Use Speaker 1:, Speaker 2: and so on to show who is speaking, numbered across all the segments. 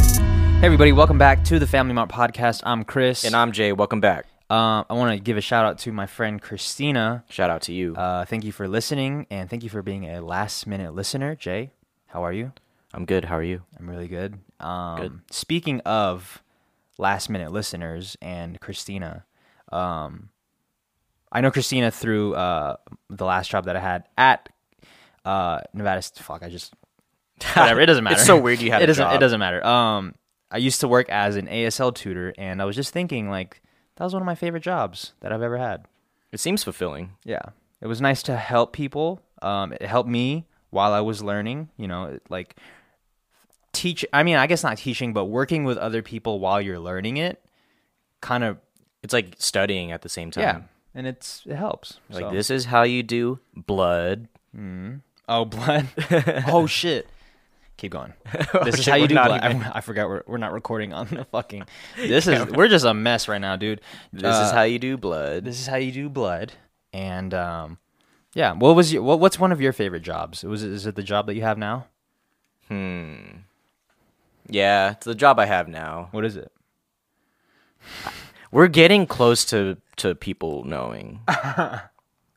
Speaker 1: Hey everybody, welcome back to the Family Mart podcast. I'm Chris,
Speaker 2: And I'm Jay. Welcome back.
Speaker 1: uh, I want to give a shout out to my friend Christina.
Speaker 2: Shout out to you.
Speaker 1: Uh, thank you for listening, and thank you for being a last minute listener. Jay, how are you?
Speaker 2: I'm good. How are you?
Speaker 1: I'm really good. Um, Speaking of last minute listeners and Christina, um, I know Christina through uh, the last job that I had at uh, Nevada. St- Fuck, I just whatever. It doesn't matter.
Speaker 2: It's so weird you had
Speaker 1: it
Speaker 2: a
Speaker 1: doesn't. It
Speaker 2: job.
Speaker 1: doesn't matter. Um, I used to work as an ASL tutor, and I was just thinking like that was one of my favorite jobs that I've ever had.
Speaker 2: It seems fulfilling.
Speaker 1: Yeah. It was nice to help people. Um, it helped me while I was learning, you know, it, like teach. I mean, I guess not teaching, but working with other people while you're learning it kind of,
Speaker 2: It's like studying at the same time.
Speaker 1: yeah. And it's, it helps.
Speaker 2: Like
Speaker 1: so.
Speaker 2: this is how you do blood.
Speaker 1: Oh, blood. oh, shit. Keep going. This is
Speaker 2: shit,
Speaker 1: how you
Speaker 2: we're
Speaker 1: do
Speaker 2: not
Speaker 1: blood.
Speaker 2: even-
Speaker 1: I, I forgot we're, we're not recording on the fucking. This is, we're just a mess right now, dude. Uh,
Speaker 2: This is how you do blood.
Speaker 1: this is how you do blood. And, um, yeah. What was your, what, what's one of your favorite jobs? Was it, is it the job that you have now?
Speaker 2: Yeah, it's the job I have now.
Speaker 1: What is it?
Speaker 2: We're getting close to to people knowing.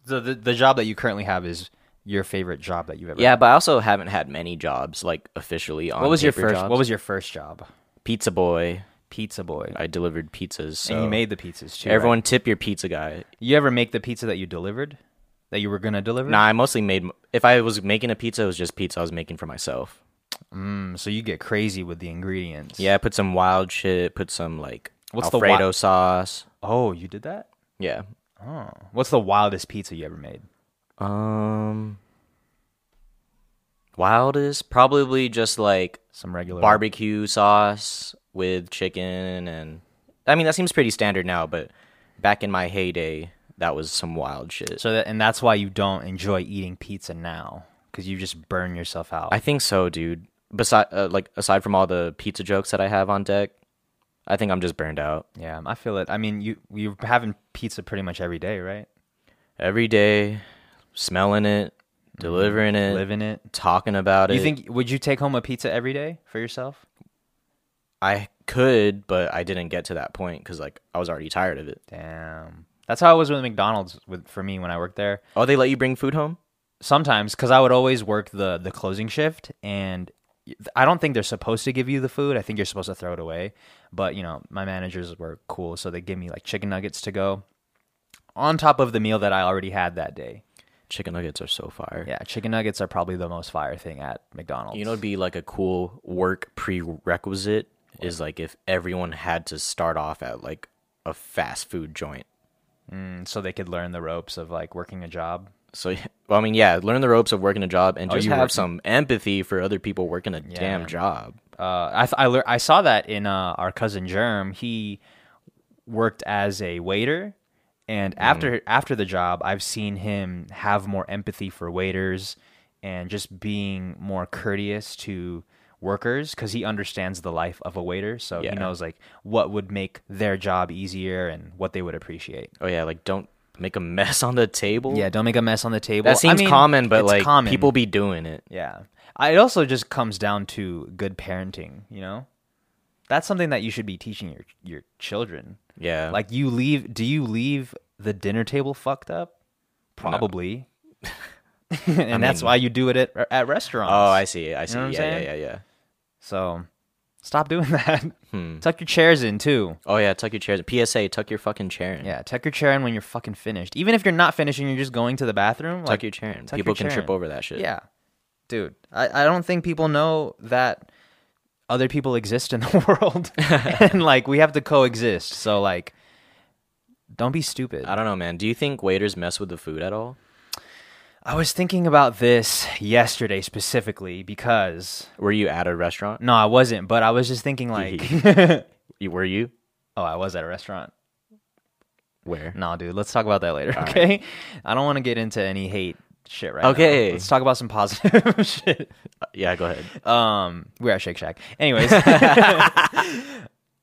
Speaker 1: So the, the job that you currently have is your favorite job that you've ever
Speaker 2: yeah, but I also haven't had many jobs like officially on
Speaker 1: What was your
Speaker 2: paper
Speaker 1: first
Speaker 2: jobs.
Speaker 1: what was your first job?
Speaker 2: pizza boy?
Speaker 1: Pizza boy.
Speaker 2: I delivered pizzas. So
Speaker 1: and you made the pizzas too. right?
Speaker 2: everyone tip your pizza guy.
Speaker 1: you ever make the pizza that you delivered? That you were gonna deliver?
Speaker 2: Nah, I mostly made if I was making a pizza, it was just pizza I was making for myself.
Speaker 1: Mm, So you get crazy with the ingredients.
Speaker 2: Yeah, put some wild shit. Put some like
Speaker 1: What's the wi-
Speaker 2: Alfredo sauce.
Speaker 1: Oh, you did that?
Speaker 2: Yeah.
Speaker 1: Oh. What's the wildest pizza you ever made?
Speaker 2: Um. Wildest, probably just like
Speaker 1: Some regular
Speaker 2: barbecue sauce with chicken, and I mean that seems pretty standard now, but back in my heyday, that was some wild shit.
Speaker 1: So that and that's why you don't enjoy eating pizza now. Because you just burn yourself out.
Speaker 2: I think so, dude. Beside, uh, like aside from all the pizza jokes that I have on deck, I think I'm just burned out
Speaker 1: yeah, I feel it. I mean, you you're having pizza pretty much every day, right?
Speaker 2: every day, smelling it, delivering it,
Speaker 1: Living it.
Speaker 2: talking about it.
Speaker 1: You think would you take home a pizza every day for yourself?
Speaker 2: I could, but I didn't get to that point because like I was already tired of it.
Speaker 1: Damn. That's how it was with McDonald's with for me when I worked there.
Speaker 2: Oh, they let you bring food home?
Speaker 1: Sometimes cuz I would always work the the closing shift and y- I don't think they're supposed to give you the food. I think you're supposed to throw it away. But, you know, my managers were cool, so they give me like chicken nuggets to go on top of the meal that I already had that day.
Speaker 2: Chicken nuggets are so fire.
Speaker 1: Yeah, chicken nuggets are probably the most fire thing at McDonald's.
Speaker 2: You know, it'd be like a cool work prerequisite is like if everyone had to start off at like a fast food joint.
Speaker 1: Mm, so they could learn the ropes of like working a job.
Speaker 2: So, well, I mean, yeah, learn the ropes of working a job and just
Speaker 1: you
Speaker 2: have
Speaker 1: working-
Speaker 2: some empathy for other people working a damn job.
Speaker 1: uh, I th- I, lear- I saw that in uh, our cousin Germ. He worked as a waiter, and
Speaker 2: Hmm.
Speaker 1: after after the job, I've seen him have more empathy for waiters and just being more courteous to workers because he understands the life of a waiter. So
Speaker 2: Yeah.
Speaker 1: he knows like what would make their job easier and what they would appreciate.
Speaker 2: Oh, yeah, like don't make a mess on the table.
Speaker 1: Yeah, don't make a mess on the table.
Speaker 2: That seems common, but like
Speaker 1: common.
Speaker 2: people be doing it.
Speaker 1: Yeah. I, it also just comes down to good parenting, you know? That's something that you should be teaching your your children.
Speaker 2: Yeah.
Speaker 1: Like you leave do you leave the dinner table fucked up? Probably. and that's why you do it at at restaurants.
Speaker 2: oh, I see. I see.
Speaker 1: know what I'm
Speaker 2: yeah, yeah, yeah,
Speaker 1: saying?
Speaker 2: yeah.
Speaker 1: So stop doing that.
Speaker 2: Hmm.
Speaker 1: Tuck your chairs in too.
Speaker 2: Oh, yeah, tuck your chairs. PSA, tuck your fucking chair in.
Speaker 1: Yeah, tuck your chair in when you're fucking finished. Even if you're not finished and you're just going to the bathroom,
Speaker 2: Tuck
Speaker 1: like
Speaker 2: your chair in.
Speaker 1: tuck
Speaker 2: People
Speaker 1: your
Speaker 2: can
Speaker 1: chair
Speaker 2: trip
Speaker 1: in.
Speaker 2: over that shit.
Speaker 1: Yeah. Dude, I, I don't think people know that other people exist in the world. and like we have to coexist. So like don't be stupid.
Speaker 2: I don't know, man. Do you think waiters mess with the food at all?
Speaker 1: I was thinking about this yesterday specifically because
Speaker 2: Were you at a restaurant?
Speaker 1: no, I wasn't, but I was just thinking like
Speaker 2: You- Were you?
Speaker 1: oh, I was at a restaurant.
Speaker 2: Where?
Speaker 1: No, dude, let's talk about that later, okay? I don't want to get into any hate shit right now.
Speaker 2: Okay.
Speaker 1: Let's talk about some positive shit.
Speaker 2: Uh, Yeah, go ahead.
Speaker 1: Um, we're at Shake Shack. Anyways,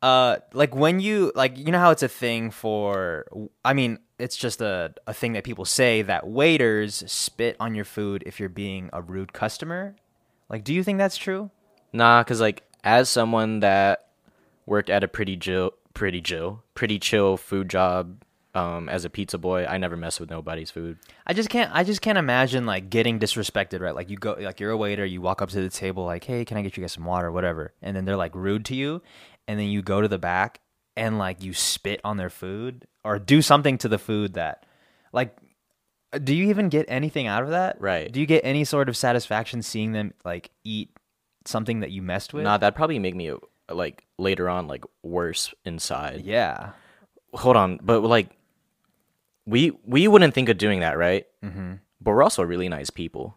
Speaker 1: uh, like when you like, you know how it's a thing for. I mean, it's just a a thing that people say that waiters spit on your food if you're being a rude customer. Like, do you think that's true?
Speaker 2: Nah, because like as someone that worked at a pretty chill, pretty chill, pretty chill food job um, as a pizza boy. I never mess with nobody's food.
Speaker 1: I just can't. I just can't imagine like getting disrespected, right? Like you go, like you're a waiter, you walk up to the table, like, "Hey, can I get you guys some water, whatever?" And then they're like rude to you, and then you go to the back and like you spit on their food or do something to the food that, like, do you even get anything out of that?
Speaker 2: Right.
Speaker 1: Do you get any sort of satisfaction seeing them like eat something that you messed with?
Speaker 2: Nah, that'd probably make me like later on like worse inside.
Speaker 1: Yeah.
Speaker 2: Hold on, but like we we wouldn't think of doing that, right? Mm-hmm. But we're also really nice people.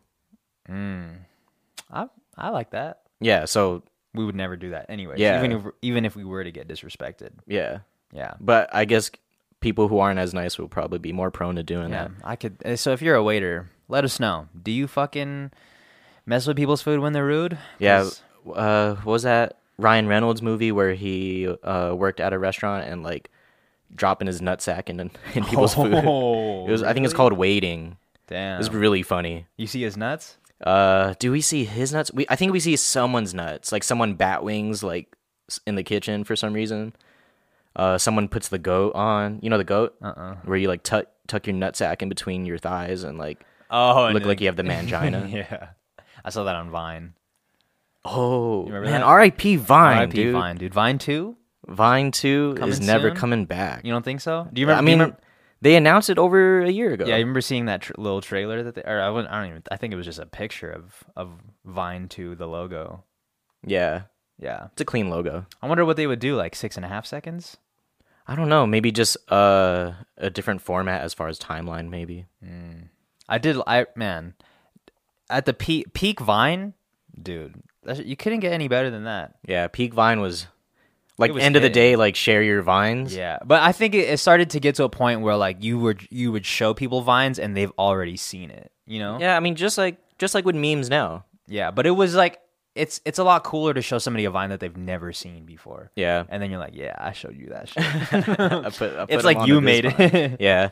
Speaker 1: I I like that.
Speaker 2: Yeah. So
Speaker 1: We would never do that anyway.
Speaker 2: Yeah.
Speaker 1: Even if even if we were to get disrespected.
Speaker 2: yeah,
Speaker 1: Yeah.
Speaker 2: but I guess people who aren't as nice will probably be more prone to doing
Speaker 1: Yeah,
Speaker 2: that.
Speaker 1: I could. uh, So if you're a waiter, let us know. Do you fucking mess with people's food when they're rude?
Speaker 2: Yeah.
Speaker 1: 'Cause-
Speaker 2: Uh, what was that Ryan Reynolds movie where he uh, worked at a restaurant and like dropping his nutsack in in people's food? It
Speaker 1: Oh,
Speaker 2: was. I think it's called Waiting. It
Speaker 1: Damn.
Speaker 2: was really funny.
Speaker 1: you see his nuts?
Speaker 2: Uh, do we see his nuts? We I think we see someone's nuts. Like someone bat wings like s- in the kitchen for some reason. Uh, someone puts the goat on. You know the goat
Speaker 1: Uh-uh.
Speaker 2: where you like tuck tuck your nutsack in between your thighs and like
Speaker 1: Oh,
Speaker 2: look like you have the mangina.
Speaker 1: yeah. I saw that on Vine.
Speaker 2: oh
Speaker 1: remember
Speaker 2: man,
Speaker 1: that?
Speaker 2: R.I.P. Vine,
Speaker 1: RIP
Speaker 2: dude.
Speaker 1: Vine, dude. Vine two?
Speaker 2: Vine Two is
Speaker 1: Coming
Speaker 2: never
Speaker 1: soon?
Speaker 2: coming back.
Speaker 1: You don't think so? Do you
Speaker 2: I
Speaker 1: remember? do you
Speaker 2: mean, uh,
Speaker 1: remember-
Speaker 2: they announced it over a year ago.
Speaker 1: yeah, I remember seeing that tr- little trailer that they, or I, wouldn't, I don't even. I think it was just a picture of of Vine two, the logo.
Speaker 2: yeah,
Speaker 1: Yeah.
Speaker 2: it's a clean logo.
Speaker 1: I wonder what they would do, like six and a half seconds.
Speaker 2: I don't know. Maybe just uh, a different format as far as timeline. Maybe.
Speaker 1: I did. I man, at the peak, peak Vine, dude, that's, you couldn't get any better than that.
Speaker 2: Yeah, peak Vine was like
Speaker 1: It was
Speaker 2: end of the
Speaker 1: hitting.
Speaker 2: day, like share your vines.
Speaker 1: Yeah, but I think it, it started to get to a point where like you were you would show people Vines and they've already seen it, you know?
Speaker 2: Yeah, I mean, just like just like with memes now.
Speaker 1: Yeah, but it was like it's it's a lot cooler to show somebody a Vine that they've never seen before.
Speaker 2: Yeah,
Speaker 1: And then you're like, yeah, I showed you that shit.
Speaker 2: I put- I put
Speaker 1: it's
Speaker 2: 'em
Speaker 1: like
Speaker 2: onto
Speaker 1: you
Speaker 2: this
Speaker 1: made
Speaker 2: Vine.
Speaker 1: it.
Speaker 2: yeah,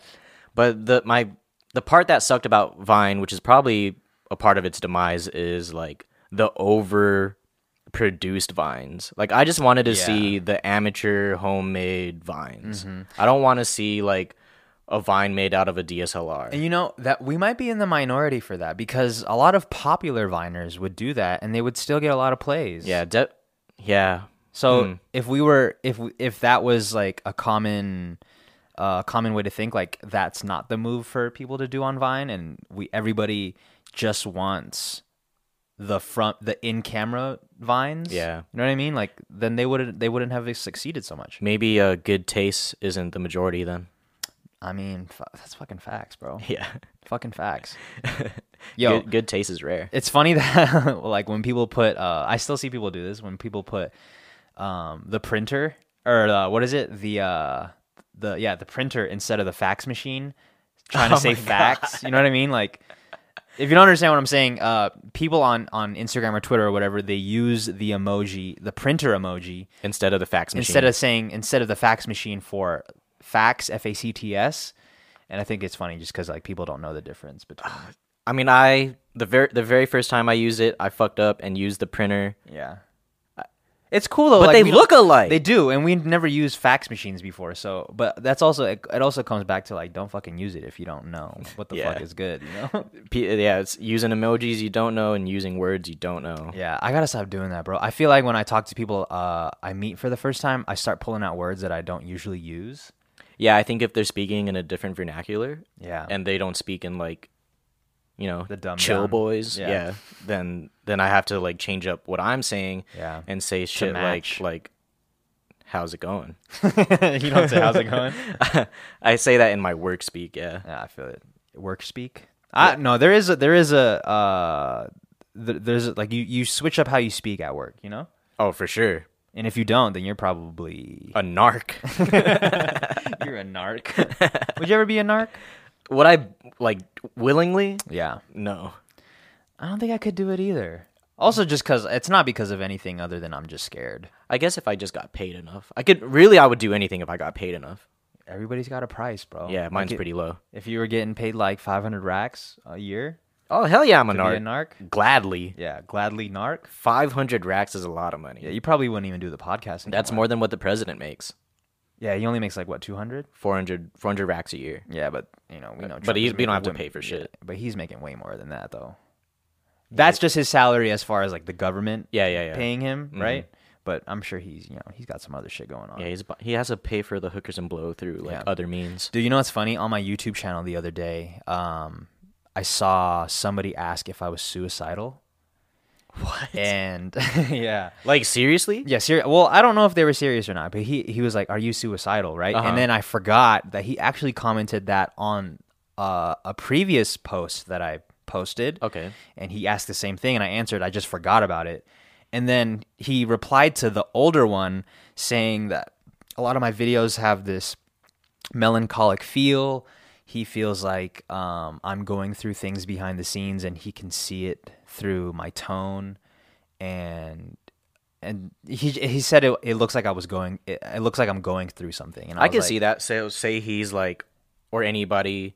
Speaker 2: but the my the part that sucked about Vine, which is probably a part of its demise, is like the over produced vines like i just wanted to
Speaker 1: Yeah.
Speaker 2: see the amateur homemade vines
Speaker 1: Mm-hmm.
Speaker 2: i don't want to see like a vine made out of a dslr
Speaker 1: And you know that we might be in the minority for that because a lot of popular Viners would do that and they would still get a lot of plays.
Speaker 2: yeah de- yeah
Speaker 1: So
Speaker 2: Hmm.
Speaker 1: if we were if we- if that was like a common uh common way to think like that's not the move for people to do on Vine and we everybody just wants the front the in camera vines.
Speaker 2: Yeah.
Speaker 1: You know what I mean? Like then they wouldn't they wouldn't have succeeded so much.
Speaker 2: maybe uh good taste isn't the majority then
Speaker 1: I mean, fu that's fucking facts, bro.
Speaker 2: yeah
Speaker 1: fucking facts. Yo,
Speaker 2: good, good taste is rare
Speaker 1: it's funny that like when people put uh I still see people do this when people put um the printer or uh, what is it the uh the yeah the printer instead of the fax machine trying
Speaker 2: Oh
Speaker 1: to say fax you know what I mean like if you don't understand what I'm saying uh people on on Instagram or Twitter or whatever they use the emoji the printer emoji
Speaker 2: instead of the fax machine
Speaker 1: instead of saying instead of the fax machine for fax f a c t s and I think it's funny just cuz like people don't know the difference between
Speaker 2: i mean i the very the very first time i used it i fucked up and used the printer
Speaker 1: Yeah. It's cool though.
Speaker 2: But
Speaker 1: like,
Speaker 2: they
Speaker 1: we
Speaker 2: look
Speaker 1: don't-
Speaker 2: alike.
Speaker 1: They do, and we never used fax machines before. So, but that's also it, it also comes back to like don't fucking use it if you don't know what the
Speaker 2: Yeah.
Speaker 1: fuck is good. You know?
Speaker 2: P- yeah it's using emojis you don't know and using words you don't know
Speaker 1: yeah, I gotta stop doing that, bro. I feel like when I talk to people uh, I meet for the first time, I start pulling out words that I don't usually use.
Speaker 2: yeah i think if they're speaking in a different vernacular
Speaker 1: Yeah.
Speaker 2: and they don't speak in like you know
Speaker 1: The dumb
Speaker 2: chill
Speaker 1: down.
Speaker 2: boys yeah.
Speaker 1: Yeah.
Speaker 2: then then i have to like change up what i'm saying
Speaker 1: Yeah.
Speaker 2: and say shit like
Speaker 1: match.
Speaker 2: like how's it going
Speaker 1: you don't say how's it going.
Speaker 2: i say that in my work speak yeah
Speaker 1: Yeah, I feel it. Work speak. I no, there is a, there is a uh, th- there's a, like you you switch up how you speak at work. You know.
Speaker 2: oh for sure
Speaker 1: And if you don't, then you're probably
Speaker 2: a narc
Speaker 1: You're a narc. Would you ever be a narc?
Speaker 2: Would I like willingly?
Speaker 1: Yeah.
Speaker 2: No.
Speaker 1: I don't think I could do it either. Also, just because it's not because of anything other than I'm just scared.
Speaker 2: I guess if I just got paid enough, I could really. I would do anything if I got paid enough.
Speaker 1: Everybody's got a price, bro.
Speaker 2: Yeah, mine's
Speaker 1: Like,
Speaker 2: pretty low.
Speaker 1: If you were getting paid like 500 racks a year,
Speaker 2: Oh hell yeah, I'm a
Speaker 1: to be a
Speaker 2: narc.
Speaker 1: narc.
Speaker 2: Gladly,
Speaker 1: Yeah, gladly narc.
Speaker 2: five hundred racks is a lot of money.
Speaker 1: Yeah, you probably wouldn't even do the podcast. Anymore.
Speaker 2: That's more than what the president makes.
Speaker 1: Yeah, he only makes like what two hundred.
Speaker 2: 400, 400 racks a year.
Speaker 1: Yeah, but you know we know. Trump
Speaker 2: but he's-
Speaker 1: is
Speaker 2: we don't
Speaker 1: making
Speaker 2: have to
Speaker 1: way-
Speaker 2: pay for
Speaker 1: yeah,
Speaker 2: shit.
Speaker 1: but he's making way more than that though. That's just his salary as far as like the government
Speaker 2: Yeah, yeah, yeah.
Speaker 1: paying him, right? But I'm sure he's you know he's got some other shit going on.
Speaker 2: Yeah, he's, bu- he has to pay for the hookers and blow through like
Speaker 1: Yeah.
Speaker 2: other means.
Speaker 1: Dude, you know what's funny? On my YouTube channel the other day, um, I saw somebody ask if I was suicidal,
Speaker 2: What?
Speaker 1: and yeah,
Speaker 2: Like seriously?
Speaker 1: Yeah, seri- well, I don't know if they were serious or not, but he he was like, "Are you suicidal?" Right,
Speaker 2: Uh-huh.
Speaker 1: and then I forgot that he actually commented that on uh, a previous post that I posted.
Speaker 2: Okay.
Speaker 1: and he asked the same thing, and I answered. I just forgot about it, and then he replied to the older one saying that a lot of my videos have this melancholic feel. He feels like um, I'm going through things behind the scenes, and he can see it through my tone, and and he he said it, it looks like I was going. It, it looks like I'm going through something. And I,
Speaker 2: I
Speaker 1: was
Speaker 2: can
Speaker 1: like,
Speaker 2: see that. So say he's like, or anybody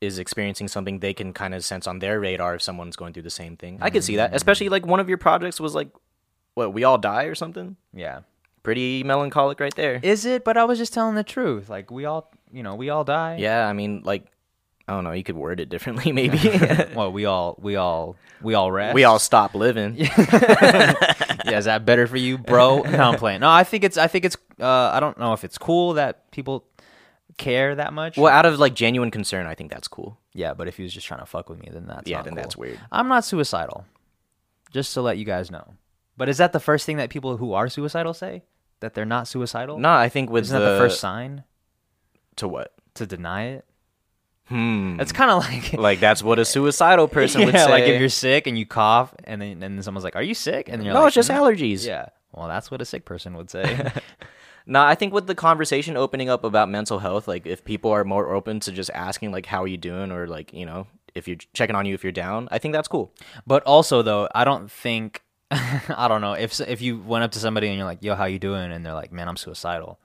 Speaker 2: is experiencing something, they can kind of sense on their radar if someone's going through the same thing. I can see that, especially like one of your projects was like, what we all die or something.
Speaker 1: Yeah,
Speaker 2: Pretty melancholic right there.
Speaker 1: is it? But I was just telling the truth. Like we all, you know, we all die.
Speaker 2: yeah, I mean, like, I don't know. You could word it differently, maybe.
Speaker 1: well, we all, we all, we all rest.
Speaker 2: we all stop living.
Speaker 1: yeah, is that better for you, bro? No, I'm playing. No, I think it's I think it's uh I don't know if it's cool that people care that much.
Speaker 2: Well, out of like genuine concern, I think that's cool.
Speaker 1: Yeah, but if he was just trying to fuck with me, then that's
Speaker 2: Yeah,
Speaker 1: not
Speaker 2: then
Speaker 1: cool.
Speaker 2: that's weird.
Speaker 1: I'm not suicidal. Just to let you guys know. But is that the first thing that people who are suicidal say? That they're not suicidal?
Speaker 2: No, I think with
Speaker 1: Isn't that the first sign
Speaker 2: to what?
Speaker 1: to deny it?
Speaker 2: Hmm.
Speaker 1: It's kind of like
Speaker 2: Like that's what a suicidal person
Speaker 1: yeah,
Speaker 2: would say.
Speaker 1: like if you're sick and you cough and then and someone's like, "Are you sick?" and then you're
Speaker 2: no,
Speaker 1: like,
Speaker 2: it's just
Speaker 1: "No."
Speaker 2: allergies.
Speaker 1: Yeah. Well, that's what a sick person would say.
Speaker 2: No, I think with the conversation opening up about mental health, like if people are more open to just asking like how are you doing or like, you know, if you're checking on you if you're down, I think that's cool.
Speaker 1: But also though, I don't think I don't know if if you went up to somebody and you're like, "Yo, how you doing?" and they're like, "Man, I'm suicidal."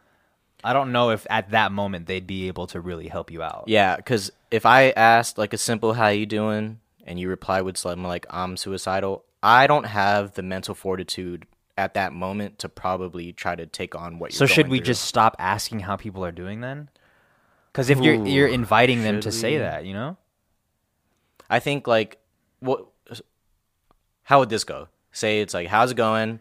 Speaker 1: I don't know if at that moment they'd be able to really help you out.
Speaker 2: Yeah, cuz if I asked like a simple how you doing and you reply with something like I'm suicidal, I don't have the mental fortitude at that moment to probably try to take on what you're
Speaker 1: so should
Speaker 2: going
Speaker 1: we
Speaker 2: through.
Speaker 1: just stop asking how people are doing then? Cuz if you're you're inviting them to say that, you know?
Speaker 2: I think like what how would this go? Say it's like how's it going?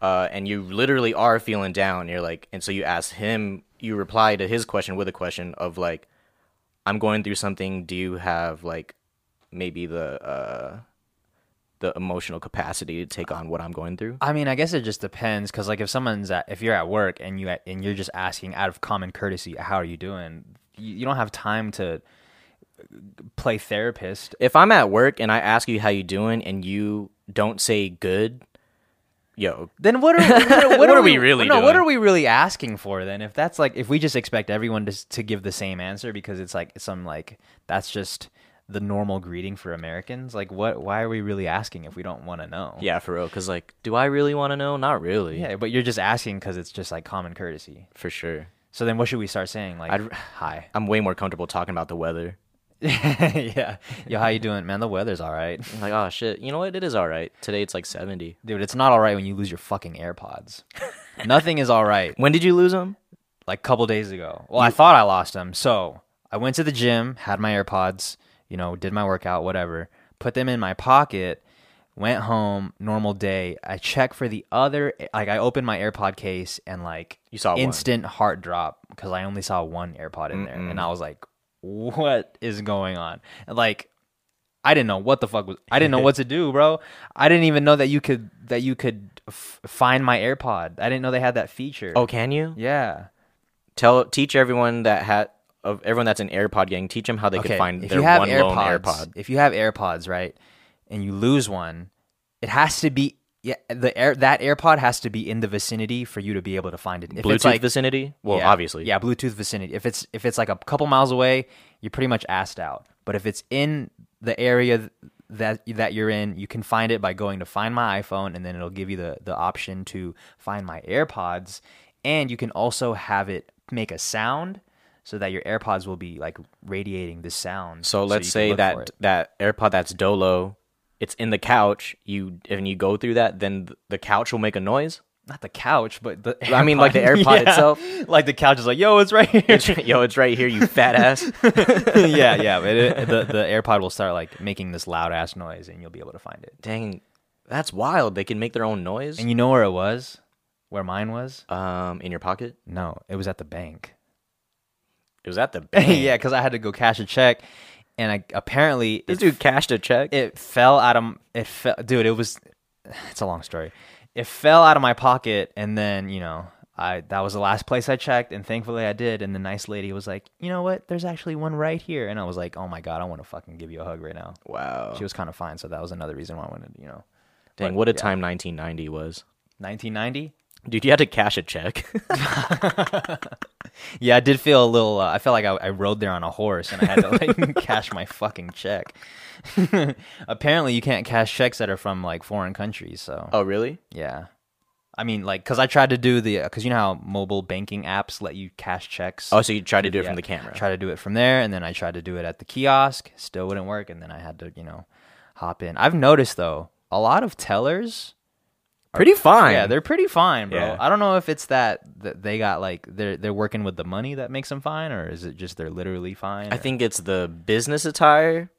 Speaker 2: Uh, and you literally are feeling down. You're like, and so you ask him. You reply to his question with a question of like, "I'm going through something. Do you have like maybe the uh, the emotional capacity to take on what I'm going through?"
Speaker 1: I mean, I guess it just depends cuz like if someone's at if you're at work and you and you're just asking out of common courtesy, "How are you doing?" You, you don't have time to uh, play therapist.
Speaker 2: If I'm at work and I ask you how you doing, and you don't say good, yo,
Speaker 1: Then what are what,
Speaker 2: What are we really
Speaker 1: no, What
Speaker 2: doing?
Speaker 1: are we really asking for then? If that's like if we just expect everyone to s- to give the same answer because it's like some like that's just the normal greeting for Americans. Like what? Why are we really asking if we don't want to know?
Speaker 2: yeah, for real. Because like, do I really want to know? Not really,
Speaker 1: Yeah, but you're just asking because it's just like common courtesy.
Speaker 2: for sure.
Speaker 1: So then, what should we start saying? Like, hi,
Speaker 2: I'm way more comfortable talking about the weather.
Speaker 1: yeah, yo, how you doing, man? The weather's all right,
Speaker 2: I'm like, oh shit, you know what? It is all right. Today it's like 70.
Speaker 1: dude. It's not all right when you lose your fucking AirPods. Nothing is all right.
Speaker 2: When did you lose them?
Speaker 1: like a couple days ago. Well, I thought I lost them. So I went to the gym, had my AirPods, you know, did my workout, whatever, put them in my pocket, went home, normal day. I check for the other, like, I opened my AirPod case and, like,
Speaker 2: You saw one.
Speaker 1: instant heart drop because I only saw one AirPod in there. And I was like, what is going on? Like, I didn't know what the fuck was. I didn't know what to do, bro. I didn't even know that you could that you could f- find my AirPod. I didn't know they had that feature.
Speaker 2: Oh, can you?
Speaker 1: yeah.
Speaker 2: Tell teach everyone that had of everyone that's in AirPod gang, teach them how they could find
Speaker 1: if
Speaker 2: their
Speaker 1: you have
Speaker 2: one lone
Speaker 1: AirPods,
Speaker 2: AirPod.
Speaker 1: If you have AirPods, right, and you lose one, it has to be yeah, the air that AirPod has to be in the vicinity for you to be able to find it. If
Speaker 2: Bluetooth
Speaker 1: it's like,
Speaker 2: vicinity? Well,
Speaker 1: yeah,
Speaker 2: obviously.
Speaker 1: yeah, Bluetooth vicinity. If it's if it's like a couple miles away, you're pretty much asked out. But if it's in the area th- that that you're in, you can find it by going to Find My iPhone, and then it'll give you the the option to find my AirPods, and you can also have it make a sound. so that your AirPods will be like radiating the sound.
Speaker 2: So let's
Speaker 1: you can
Speaker 2: say
Speaker 1: look for
Speaker 2: that
Speaker 1: it.
Speaker 2: that AirPod that's dolo, it's in the couch. You and you go through that, then th- the couch will make a noise.
Speaker 1: not the couch, but the
Speaker 2: I mean, like, the AirPod itself?
Speaker 1: Like the couch is like, yo, it's right here.
Speaker 2: Yo, it's right here, you fat ass.
Speaker 1: yeah, yeah. But it, the the AirPod will start like making this loud ass noise, and you'll be able to find it.
Speaker 2: Dang, that's wild. They can make their own noise.
Speaker 1: And you know where it was, where mine was?
Speaker 2: um, in your pocket.
Speaker 1: No, it was at the bank.
Speaker 2: It was at the
Speaker 1: Yeah, 'cause
Speaker 2: bank.
Speaker 1: yeah, because I had to go cash a check, and I apparently
Speaker 2: This
Speaker 1: it,
Speaker 2: dude cashed a check.
Speaker 1: it fell out of m- it fell. Dude, it was. It's a long story. It fell out of my pocket, and then you know. I, that was the last place I checked, and thankfully I did. And the nice lady was like, "You know what? There's actually one right here." And I was like, "Oh my god, I want to fucking give you a hug right now."
Speaker 2: wow.
Speaker 1: She was kind of fine, so that was another reason why I wanted, to, you know,
Speaker 2: Dang, what a time 1990 was.
Speaker 1: 1990.
Speaker 2: Dude, you had to cash a check.
Speaker 1: Yeah, I did feel a little. Uh, I felt like I, I rode there on a horse, and I had to like cash my fucking check. Apparently, you can't cash checks that are from like foreign countries. So
Speaker 2: oh, really?
Speaker 1: yeah, I mean, like, cause I tried to do the, uh, cause you know how mobile banking apps let you cash checks.
Speaker 2: Oh, so you tried to do it
Speaker 1: Yeah.
Speaker 2: from the camera.
Speaker 1: Try to do it from there, and then I tried to do it at the kiosk. Still wouldn't work, and then I had to, you know, hop in. I've noticed though, a lot of tellers
Speaker 2: Pretty fine.
Speaker 1: Yeah, they're pretty fine, bro.
Speaker 2: Yeah.
Speaker 1: I don't know if it's that that they got like they're they're working with the money that makes them fine, or is it just they're literally fine?
Speaker 2: I
Speaker 1: or-
Speaker 2: think it's the business attire.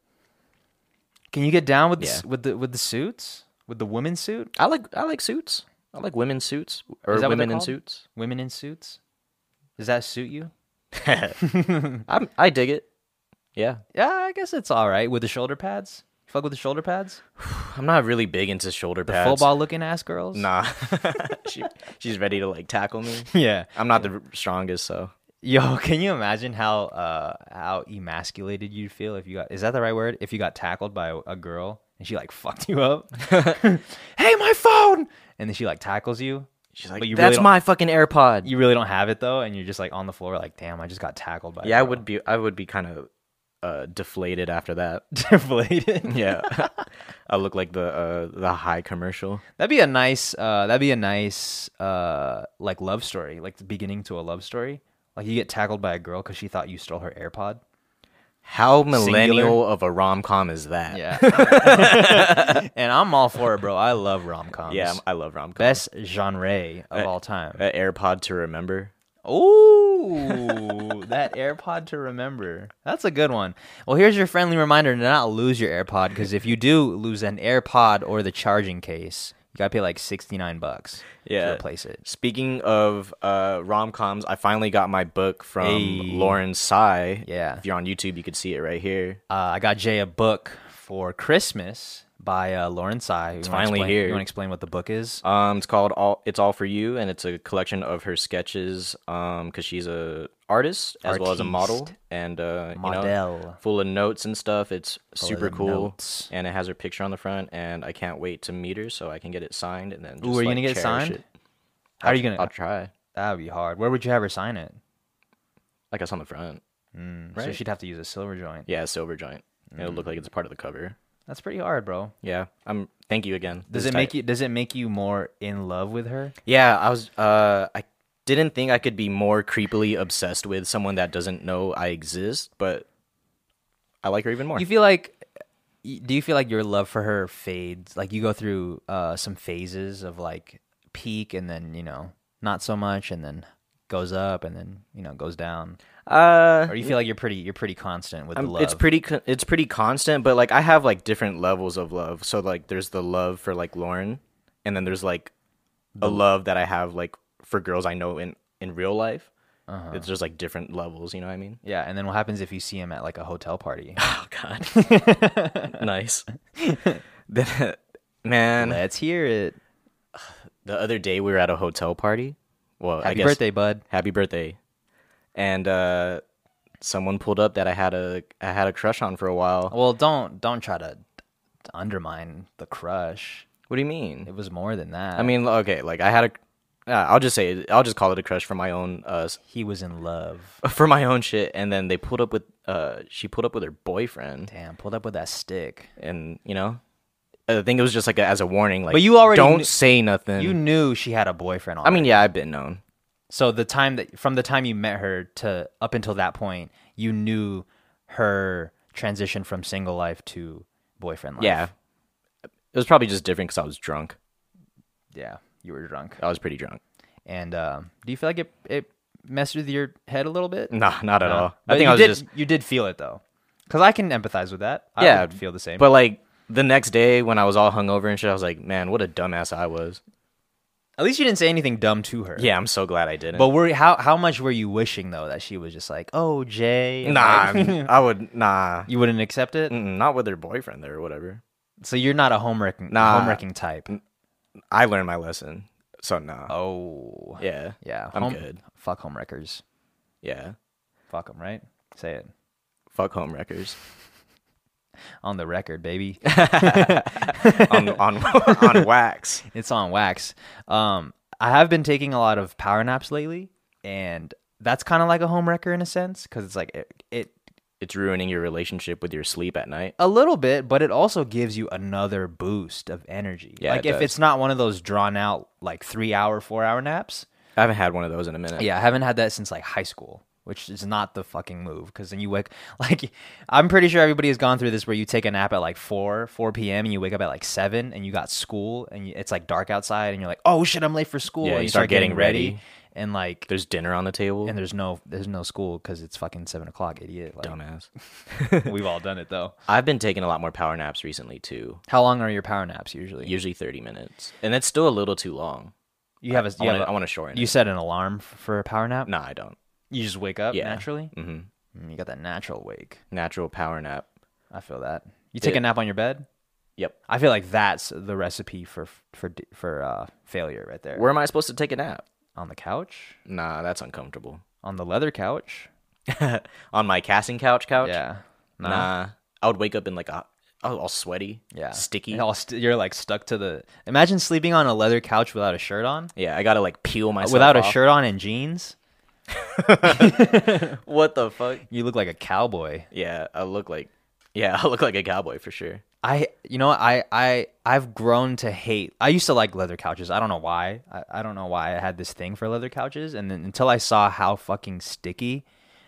Speaker 1: Can you get down with the
Speaker 2: Yeah.
Speaker 1: s with the with the suits with the women's suit,
Speaker 2: I like I like suits. I like women's suits or
Speaker 1: Is that what they're
Speaker 2: women in
Speaker 1: called?
Speaker 2: suits.
Speaker 1: women in suits? Does that suit you?
Speaker 2: I'm, I dig it. Yeah,
Speaker 1: Yeah, I guess it's all right with the shoulder pads. Fuck with the shoulder pads.
Speaker 2: I'm not really big into shoulder
Speaker 1: The
Speaker 2: pads.
Speaker 1: full ball looking ass girls.
Speaker 2: Nah, she, she's ready to like tackle me.
Speaker 1: Yeah.
Speaker 2: I'm not the strongest, so
Speaker 1: Yo, can you imagine how uh how emasculated you'd feel if you got is that the right word? If you got tackled by a, a girl and she like fucked you up. hey, my phone. And then she like tackles you.
Speaker 2: she's like,
Speaker 1: But you really
Speaker 2: "That's
Speaker 1: don't-
Speaker 2: my fucking AirPod."
Speaker 1: You really don't have it though, and you're just like on the floor like, damn, I just got tackled by a
Speaker 2: yeah, I
Speaker 1: girl."
Speaker 2: would be. I would be kind of uh, deflated after that.
Speaker 1: deflated.
Speaker 2: Yeah, I look like the uh, the high commercial.
Speaker 1: That'd be a nice uh that'd be a nice uh like love story, like the beginning to a love story. Like you get tackled by a girl because she thought you stole her AirPod.
Speaker 2: How millennial of a rom com is that?
Speaker 1: Yeah. and I'm all for it, bro. I love rom coms.
Speaker 2: yeah, I'm- I love rom com.
Speaker 1: best genre
Speaker 2: Eh,
Speaker 1: of all time.
Speaker 2: AirPod to remember.
Speaker 1: Ooh, that AirPod to remember. That's a good one. Well, here's your friendly reminder to not lose your AirPod because if you do lose an AirPod or the charging case, you gotta pay like sixty nine bucks to
Speaker 2: Yeah.
Speaker 1: replace it.
Speaker 2: Speaking of uh, rom coms, I finally got my book from
Speaker 1: Hey.
Speaker 2: Lauren Sai.
Speaker 1: Yeah.
Speaker 2: If you're on YouTube, you could see it right here.
Speaker 1: Uh, I got Jay a book for Christmas by uh, Lauren Tsai. It's
Speaker 2: finally here.
Speaker 1: You want to explain what the book is?
Speaker 2: Um, it's called all. It's all for you, and it's a collection of her sketches. Um, because she's a artist as well as a model
Speaker 1: Artiste.
Speaker 2: and uh, you know,
Speaker 1: Model.
Speaker 2: full of notes and stuff. It's super
Speaker 1: of
Speaker 2: cool,
Speaker 1: notes.
Speaker 2: and it has her picture on the front. And I can't wait to meet her so I can get it signed. And then just,
Speaker 1: Ooh, are you
Speaker 2: like,
Speaker 1: gonna get it
Speaker 2: cherish
Speaker 1: signed?
Speaker 2: it.
Speaker 1: How are you gonna?
Speaker 2: I'll try.
Speaker 1: that would be hard. Where would you have her sign it?
Speaker 2: Like it's on the front.
Speaker 1: Mm, So
Speaker 2: Right.
Speaker 1: she'd have to use a silver joint.
Speaker 2: Yeah, silver giant. It'll look like it's part of the cover.
Speaker 1: That's pretty hard, bro.
Speaker 2: Yeah. I'm. Thank you again.
Speaker 1: Does it make you? Does it make you more in love with her?
Speaker 2: Yeah, I was. Uh, I didn't think I could be more creepily obsessed with someone that doesn't know I exist, but I like her even more.
Speaker 1: You feel like? y- Do you feel like your love for her fades? Like you go through uh, some phases of like peak, and then you know not so much, and then goes up, and then you know goes down.
Speaker 2: uh,
Speaker 1: Or you feel like you're pretty, you're pretty constant with the love.
Speaker 2: it's pretty. Con- it's pretty constant, but like I have like different levels of love. So like, there's the love for like Lauren, and then there's like a love that I have like for girls I know in in real life. It's just like different levels. You know what I mean?
Speaker 1: yeah, and then what happens if you see him at like a hotel party?
Speaker 2: Oh God. nice. Then- Man,
Speaker 1: Let's hear it.
Speaker 2: the other day we were at a hotel party. Well, I
Speaker 1: Happy
Speaker 2: guess
Speaker 1: birthday, bud.
Speaker 2: happy birthday and uh someone pulled up that i had a i had a crush on for a while
Speaker 1: Well, don't don't try to to undermine the crush.
Speaker 2: what do you mean
Speaker 1: It was more than that.
Speaker 2: i mean okay like i had a uh, i'll just say i'll just call it a crush for my own uh s-
Speaker 1: he was in love.
Speaker 2: for my own shit and then they pulled up with uh she pulled up with her boyfriend
Speaker 1: Damn, pulled up with that stick.
Speaker 2: and you know i think it was just like a, as a warning like
Speaker 1: But you already
Speaker 2: don't
Speaker 1: kn-
Speaker 2: say nothing
Speaker 1: You knew she had a boyfriend.
Speaker 2: i mean yeah i've been known
Speaker 1: So the time that from the time you met her to up until that point, you knew her transition from single life to boyfriend life.
Speaker 2: Yeah. It was probably just different because I was drunk.
Speaker 1: Yeah. You were drunk.
Speaker 2: I was pretty drunk.
Speaker 1: And um, do you feel like it it messed with your head a little bit?
Speaker 2: Nah, not at
Speaker 1: No.
Speaker 2: all.
Speaker 1: But
Speaker 2: I think
Speaker 1: you
Speaker 2: I was
Speaker 1: did,
Speaker 2: just.
Speaker 1: you did feel it though. Cuz I can empathize with that. I
Speaker 2: Yeah,
Speaker 1: would feel the same.
Speaker 2: But like the next day when I was all hungover and shit, I was like, man, what a dumbass I was.
Speaker 1: at least you didn't say anything dumb to her.
Speaker 2: Yeah, I'm so glad I didn't.
Speaker 1: But were how how much were you wishing though that she was just like, "Oh, Jay." and
Speaker 2: nah,
Speaker 1: like-
Speaker 2: I'm- Mm. I would nah,
Speaker 1: you wouldn't accept it?
Speaker 2: Mm-mm, not with her boyfriend there or whatever.
Speaker 1: So you're not a homewrecking
Speaker 2: Nah.
Speaker 1: homewrecking type.
Speaker 2: I learned my lesson, so nah.
Speaker 1: Oh.
Speaker 2: Yeah,
Speaker 1: Yeah.
Speaker 2: I'm
Speaker 1: home-
Speaker 2: good.
Speaker 1: Fuck homewreckers.
Speaker 2: Yeah,
Speaker 1: Fuck them, right? Say it.
Speaker 2: fuck home wreckers
Speaker 1: On the record, baby.
Speaker 2: on on on wax.
Speaker 1: it's on wax. Um, I have been taking a lot of power naps lately, and that's kind of like a homewrecker in a sense because it's like it, it
Speaker 2: It's ruining your relationship with your sleep at night.
Speaker 1: a little bit, but it also gives you another boost of energy.
Speaker 2: Yeah,
Speaker 1: like
Speaker 2: it
Speaker 1: if
Speaker 2: does.
Speaker 1: it's not one of those drawn out like three hour, four hour naps.
Speaker 2: I haven't had one of those in a minute.
Speaker 1: Yeah, I haven't had that since like high school, which is not the fucking move because then you wake like I'm pretty sure everybody has gone through this where you take a nap at like four, four p.m. and you wake up at like seven and you got school and you, it's like dark outside and you're like, oh shit, I'm late for school.
Speaker 2: Yeah,
Speaker 1: and
Speaker 2: you start getting ready.
Speaker 1: and like
Speaker 2: There's dinner on the table.
Speaker 1: and there's no there's no school because it's fucking seven o'clock, idiot. Like,
Speaker 2: Dumbass.
Speaker 1: we've all done it though.
Speaker 2: I've been taking a lot more power naps recently too.
Speaker 1: How long are your power naps usually?
Speaker 2: Usually 30 minutes, and that's still a little too long.
Speaker 1: You have a
Speaker 2: I
Speaker 1: you
Speaker 2: wanna-
Speaker 1: have a-
Speaker 2: I want to shorten.
Speaker 1: you
Speaker 2: it.
Speaker 1: set an alarm f- for a power nap.
Speaker 2: Nah, I don't.
Speaker 1: You just wake up
Speaker 2: Yeah.
Speaker 1: naturally.
Speaker 2: hmm
Speaker 1: Mm, You got that natural wake.
Speaker 2: Natural power nap.
Speaker 1: I feel that. You take
Speaker 2: Yeah.
Speaker 1: a nap on your bed.
Speaker 2: Yep.
Speaker 1: I feel like that's the recipe for for for uh, failure right there.
Speaker 2: Where am I supposed to take a nap?
Speaker 1: on the couch,
Speaker 2: Nah, that's uncomfortable.
Speaker 1: on the leather couch.
Speaker 2: on my casting couch couch.
Speaker 1: Yeah. No.
Speaker 2: Nah, I would wake up in like a oh, all sweaty.
Speaker 1: Yeah.
Speaker 2: sticky.
Speaker 1: And all st- you're like stuck to the. Imagine sleeping on a leather couch without a shirt on,
Speaker 2: Yeah, I gotta like peel myself
Speaker 1: without a
Speaker 2: off.
Speaker 1: shirt on and jeans.
Speaker 2: What the fuck?
Speaker 1: You look like a cowboy.
Speaker 2: Yeah, I look like yeah, I look like a cowboy for sure.
Speaker 1: I, you know, I, I, I've grown to hate. I used to like leather couches. I don't know why. I, I don't know why I had this thing for leather couches. And then until I saw how fucking sticky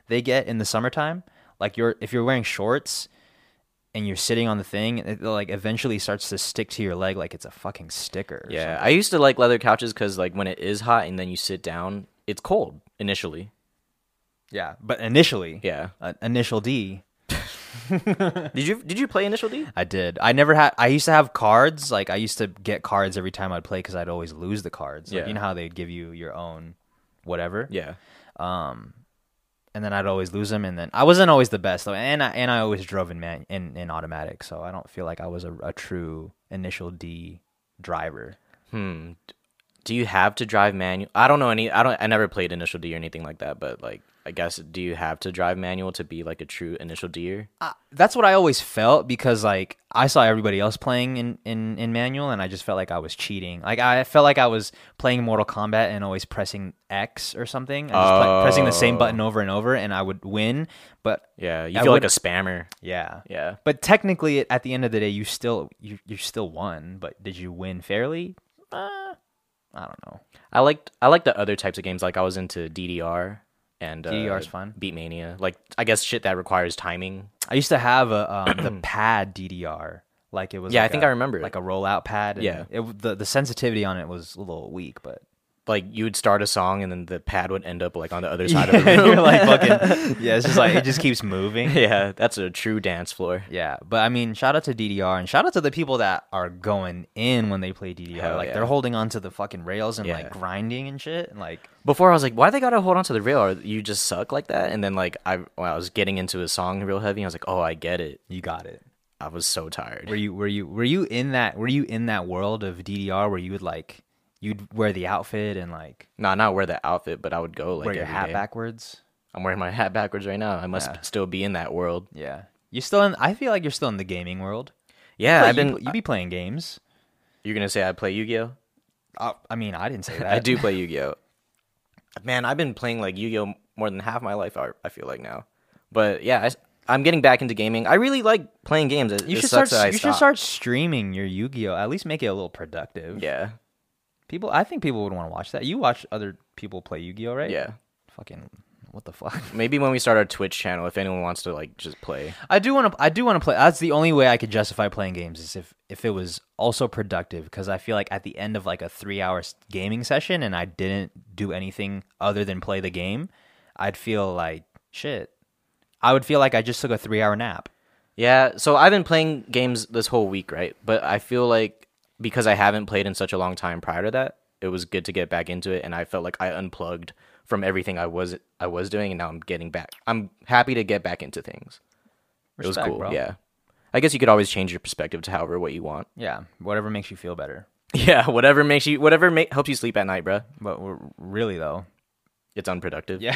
Speaker 1: they get in the summertime, like you're if you're wearing shorts and you're sitting on the thing, it like eventually starts to stick to your leg like it's a fucking sticker. or
Speaker 2: Yeah, I used to like leather couches because like when it is hot and then you sit down, it's cold initially.
Speaker 1: something. yeah. But initially,
Speaker 2: Yeah.
Speaker 1: uh, initial D,
Speaker 2: did you did you play Initial D?
Speaker 1: I did. I never had. I used to have cards. Like I used to get cards every time I'd play because I'd always lose the cards. Like,
Speaker 2: Yeah.
Speaker 1: You know how they'd give you your own whatever.
Speaker 2: Yeah.
Speaker 1: and then I'd always lose them. And then I wasn't always the best though, and I, and I always drove in man in, in automatic, so I don't feel like I was a, a true initial D driver.
Speaker 2: Do you have to drive manual? I don't know any. I don't. I never played Initial D or anything like that. But like, I guess do you have to drive manual to be like a true Initial D?
Speaker 1: I, that's what I always felt because like I saw everybody else playing in, in in manual, and I just felt like I was cheating. Like I felt like I was playing Mortal Kombat and always pressing X or something, and just pla- pressing the same button over and over, and I would win. But
Speaker 2: Yeah, you
Speaker 1: I
Speaker 2: feel like a
Speaker 1: would-
Speaker 2: spammer.
Speaker 1: yeah,
Speaker 2: Yeah.
Speaker 1: But technically, it- at the end of the day, you still you you still won. But did you win fairly? Uh, I don't know.
Speaker 2: I liked I liked the other types of games. Like I was into DDR and uh,
Speaker 1: DDR 's fun.
Speaker 2: Beat Mania. Like I guess shit that requires timing.
Speaker 1: I used to have a um, the pad DDR. Like it was.
Speaker 2: Yeah, I
Speaker 1: like
Speaker 2: think
Speaker 1: a-
Speaker 2: I remember it.
Speaker 1: Like a rollout pad. and
Speaker 2: Yeah.
Speaker 1: It, w- the the sensitivity on it was a little weak, but
Speaker 2: Like you would start a song and then the pad would end up like on the other side of the room.
Speaker 1: you're like fucking. Yeah, it's just like it just keeps moving.
Speaker 2: yeah, that's a true dance floor.
Speaker 1: Yeah, but I mean, shout out to DDR and shout out to the people that are going in when they play DDR.
Speaker 2: Hell
Speaker 1: like
Speaker 2: yeah.
Speaker 1: they're holding onto the fucking rails and
Speaker 2: Yeah.
Speaker 1: like grinding and shit and like.
Speaker 2: Before I was like, why they gotta hold onto the rail? Or you just suck like that? And then like I when I was getting into a song real heavy. I was like, oh, I get it.
Speaker 1: You got it.
Speaker 2: I was so tired.
Speaker 1: Were you were you were you in that were you in that world of DDR where you would like you'd wear the outfit and like
Speaker 2: nah, not wear that outfit, but I would go like
Speaker 1: wear your
Speaker 2: every
Speaker 1: hat
Speaker 2: day.
Speaker 1: backwards?
Speaker 2: I'm wearing my hat backwards right now. I must still be in that world.
Speaker 1: Yeah. You're still in I feel like you're still in the gaming world.
Speaker 2: Yeah,
Speaker 1: But
Speaker 2: I've
Speaker 1: you,
Speaker 2: been.
Speaker 1: you be playing games.
Speaker 2: You're gonna say I play Yu-Gi-Oh?
Speaker 1: I, I mean, I didn't say that.
Speaker 2: I do play Yu-Gi-Oh. Man, I've been playing like Yu-Gi-Oh more than half my life. I I feel like now, but yeah, I, am getting back into gaming. I really like playing games. It,
Speaker 1: You
Speaker 2: it
Speaker 1: should start
Speaker 2: sucks that I
Speaker 1: you should
Speaker 2: stopped.
Speaker 1: start streaming your Yu-Gi-Oh. At least make it a little productive.
Speaker 2: Yeah,
Speaker 1: People, I think people would want to watch that. You watch other people play Yu-Gi-Oh, right?
Speaker 2: Yeah.
Speaker 1: Fucking what the fuck?
Speaker 2: Maybe when we start our Twitch channel, if anyone wants to like just play.
Speaker 1: I do want to. I do want to play. That's the only way I could justify playing games is if if it was also productive. Because I feel like at the end of like a three hour s- gaming session and I didn't do anything other than play the game, I'd feel like shit. I would feel like I just took a three hour nap.
Speaker 2: Yeah, so I've been playing games this whole week, right? But I feel like because I haven't played in such a long time prior to that, it was good to get back into it and I felt like I unplugged from everything I was I was doing and now I'm getting back. I'm happy to get back into things. it was
Speaker 1: Respect,
Speaker 2: cool.
Speaker 1: bro.
Speaker 2: Yeah. I guess you could always change your perspective to however what you want.
Speaker 1: Yeah, whatever makes you feel better.
Speaker 2: Yeah, whatever makes you whatever ma- helps you sleep at night, bruh.
Speaker 1: But we're, really though,
Speaker 2: It's unproductive.
Speaker 1: yeah,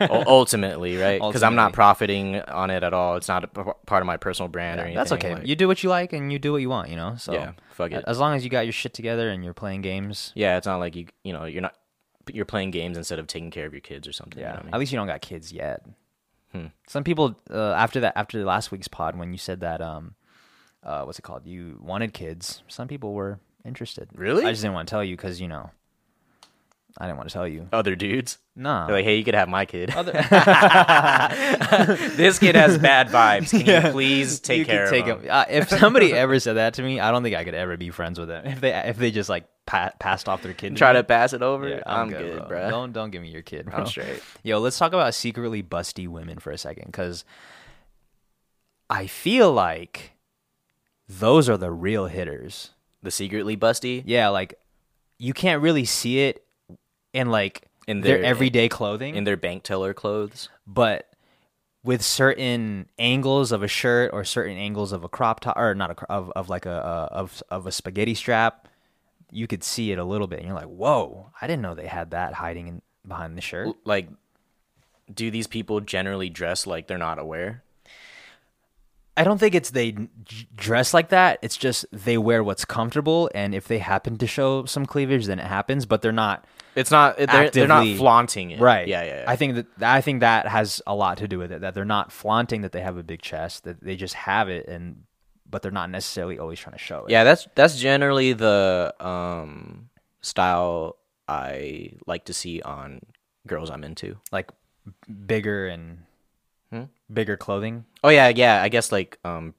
Speaker 2: U- ultimately, right? Because I'm not
Speaker 1: Ultimately.
Speaker 2: profiting on it at all. It's not a p- part of my personal brand or anything.
Speaker 1: that's okay.
Speaker 2: like-
Speaker 1: you do what you like and you do what you want. You know. So
Speaker 2: Yeah, fuck it.
Speaker 1: As long as you got your shit together and you're playing games.
Speaker 2: yeah, it's not like you you know you're not you're playing games instead of taking care of your kids or something. you
Speaker 1: Yeah.
Speaker 2: know what I mean? Hmm.
Speaker 1: At least you don't got kids yet. Some people uh, after that after last week's pod when you said that um uh what's it called? You wanted kids. Some people were interested.
Speaker 2: Really?
Speaker 1: I just didn't want to tell you cuz you know I didn't want to tell you.
Speaker 2: Other dudes,
Speaker 1: Nah.
Speaker 2: they're like, hey, you could have my kid. this kid has bad vibes. Can you please take
Speaker 1: You could
Speaker 2: care
Speaker 1: take
Speaker 2: of him?
Speaker 1: him- Uh, if somebody ever said that to me, I don't think I could ever be friends with them. If they if they just like pa- passed off their kid, to
Speaker 2: Try
Speaker 1: me,
Speaker 2: to pass it over.
Speaker 1: yeah,
Speaker 2: I'm, good,
Speaker 1: bro.
Speaker 2: bruh.
Speaker 1: Don't don't give me your kid. Bro.
Speaker 2: I'm straight.
Speaker 1: Yo, let's talk about secretly busty women for a second, because I feel like those are the real hitters.
Speaker 2: The secretly busty.
Speaker 1: Yeah, like you can't really see it in like
Speaker 2: In
Speaker 1: their,
Speaker 2: their-
Speaker 1: everyday clothing,
Speaker 2: in their bank teller clothes.
Speaker 1: but with certain angles of a shirt or certain angles of a crop top, or not a cro- of of like a uh, of of a spaghetti strap, you could see it a little bit, and you're like, "Whoa, I didn't know they had that hiding in, behind the shirt."
Speaker 2: Like, do these people generally dress like they're not aware?
Speaker 1: I don't think it's they d- dress like that. It's just they wear what's comfortable, and if they happen to show some cleavage, then it happens. But they're not
Speaker 2: It's not. They're, they're not
Speaker 1: Actively-
Speaker 2: flaunting it.
Speaker 1: right.
Speaker 2: Yeah. Yeah. yeah.
Speaker 1: I think that I think that has a lot to do with it. That they're not flaunting that they have a big chest. That they just have it, and but they're not necessarily always trying to show it.
Speaker 2: yeah. That's that's generally the um style I like to see on girls I'm into.
Speaker 1: like b- bigger and
Speaker 2: Hmm?
Speaker 1: bigger clothing.
Speaker 2: Oh yeah. Yeah. I guess like um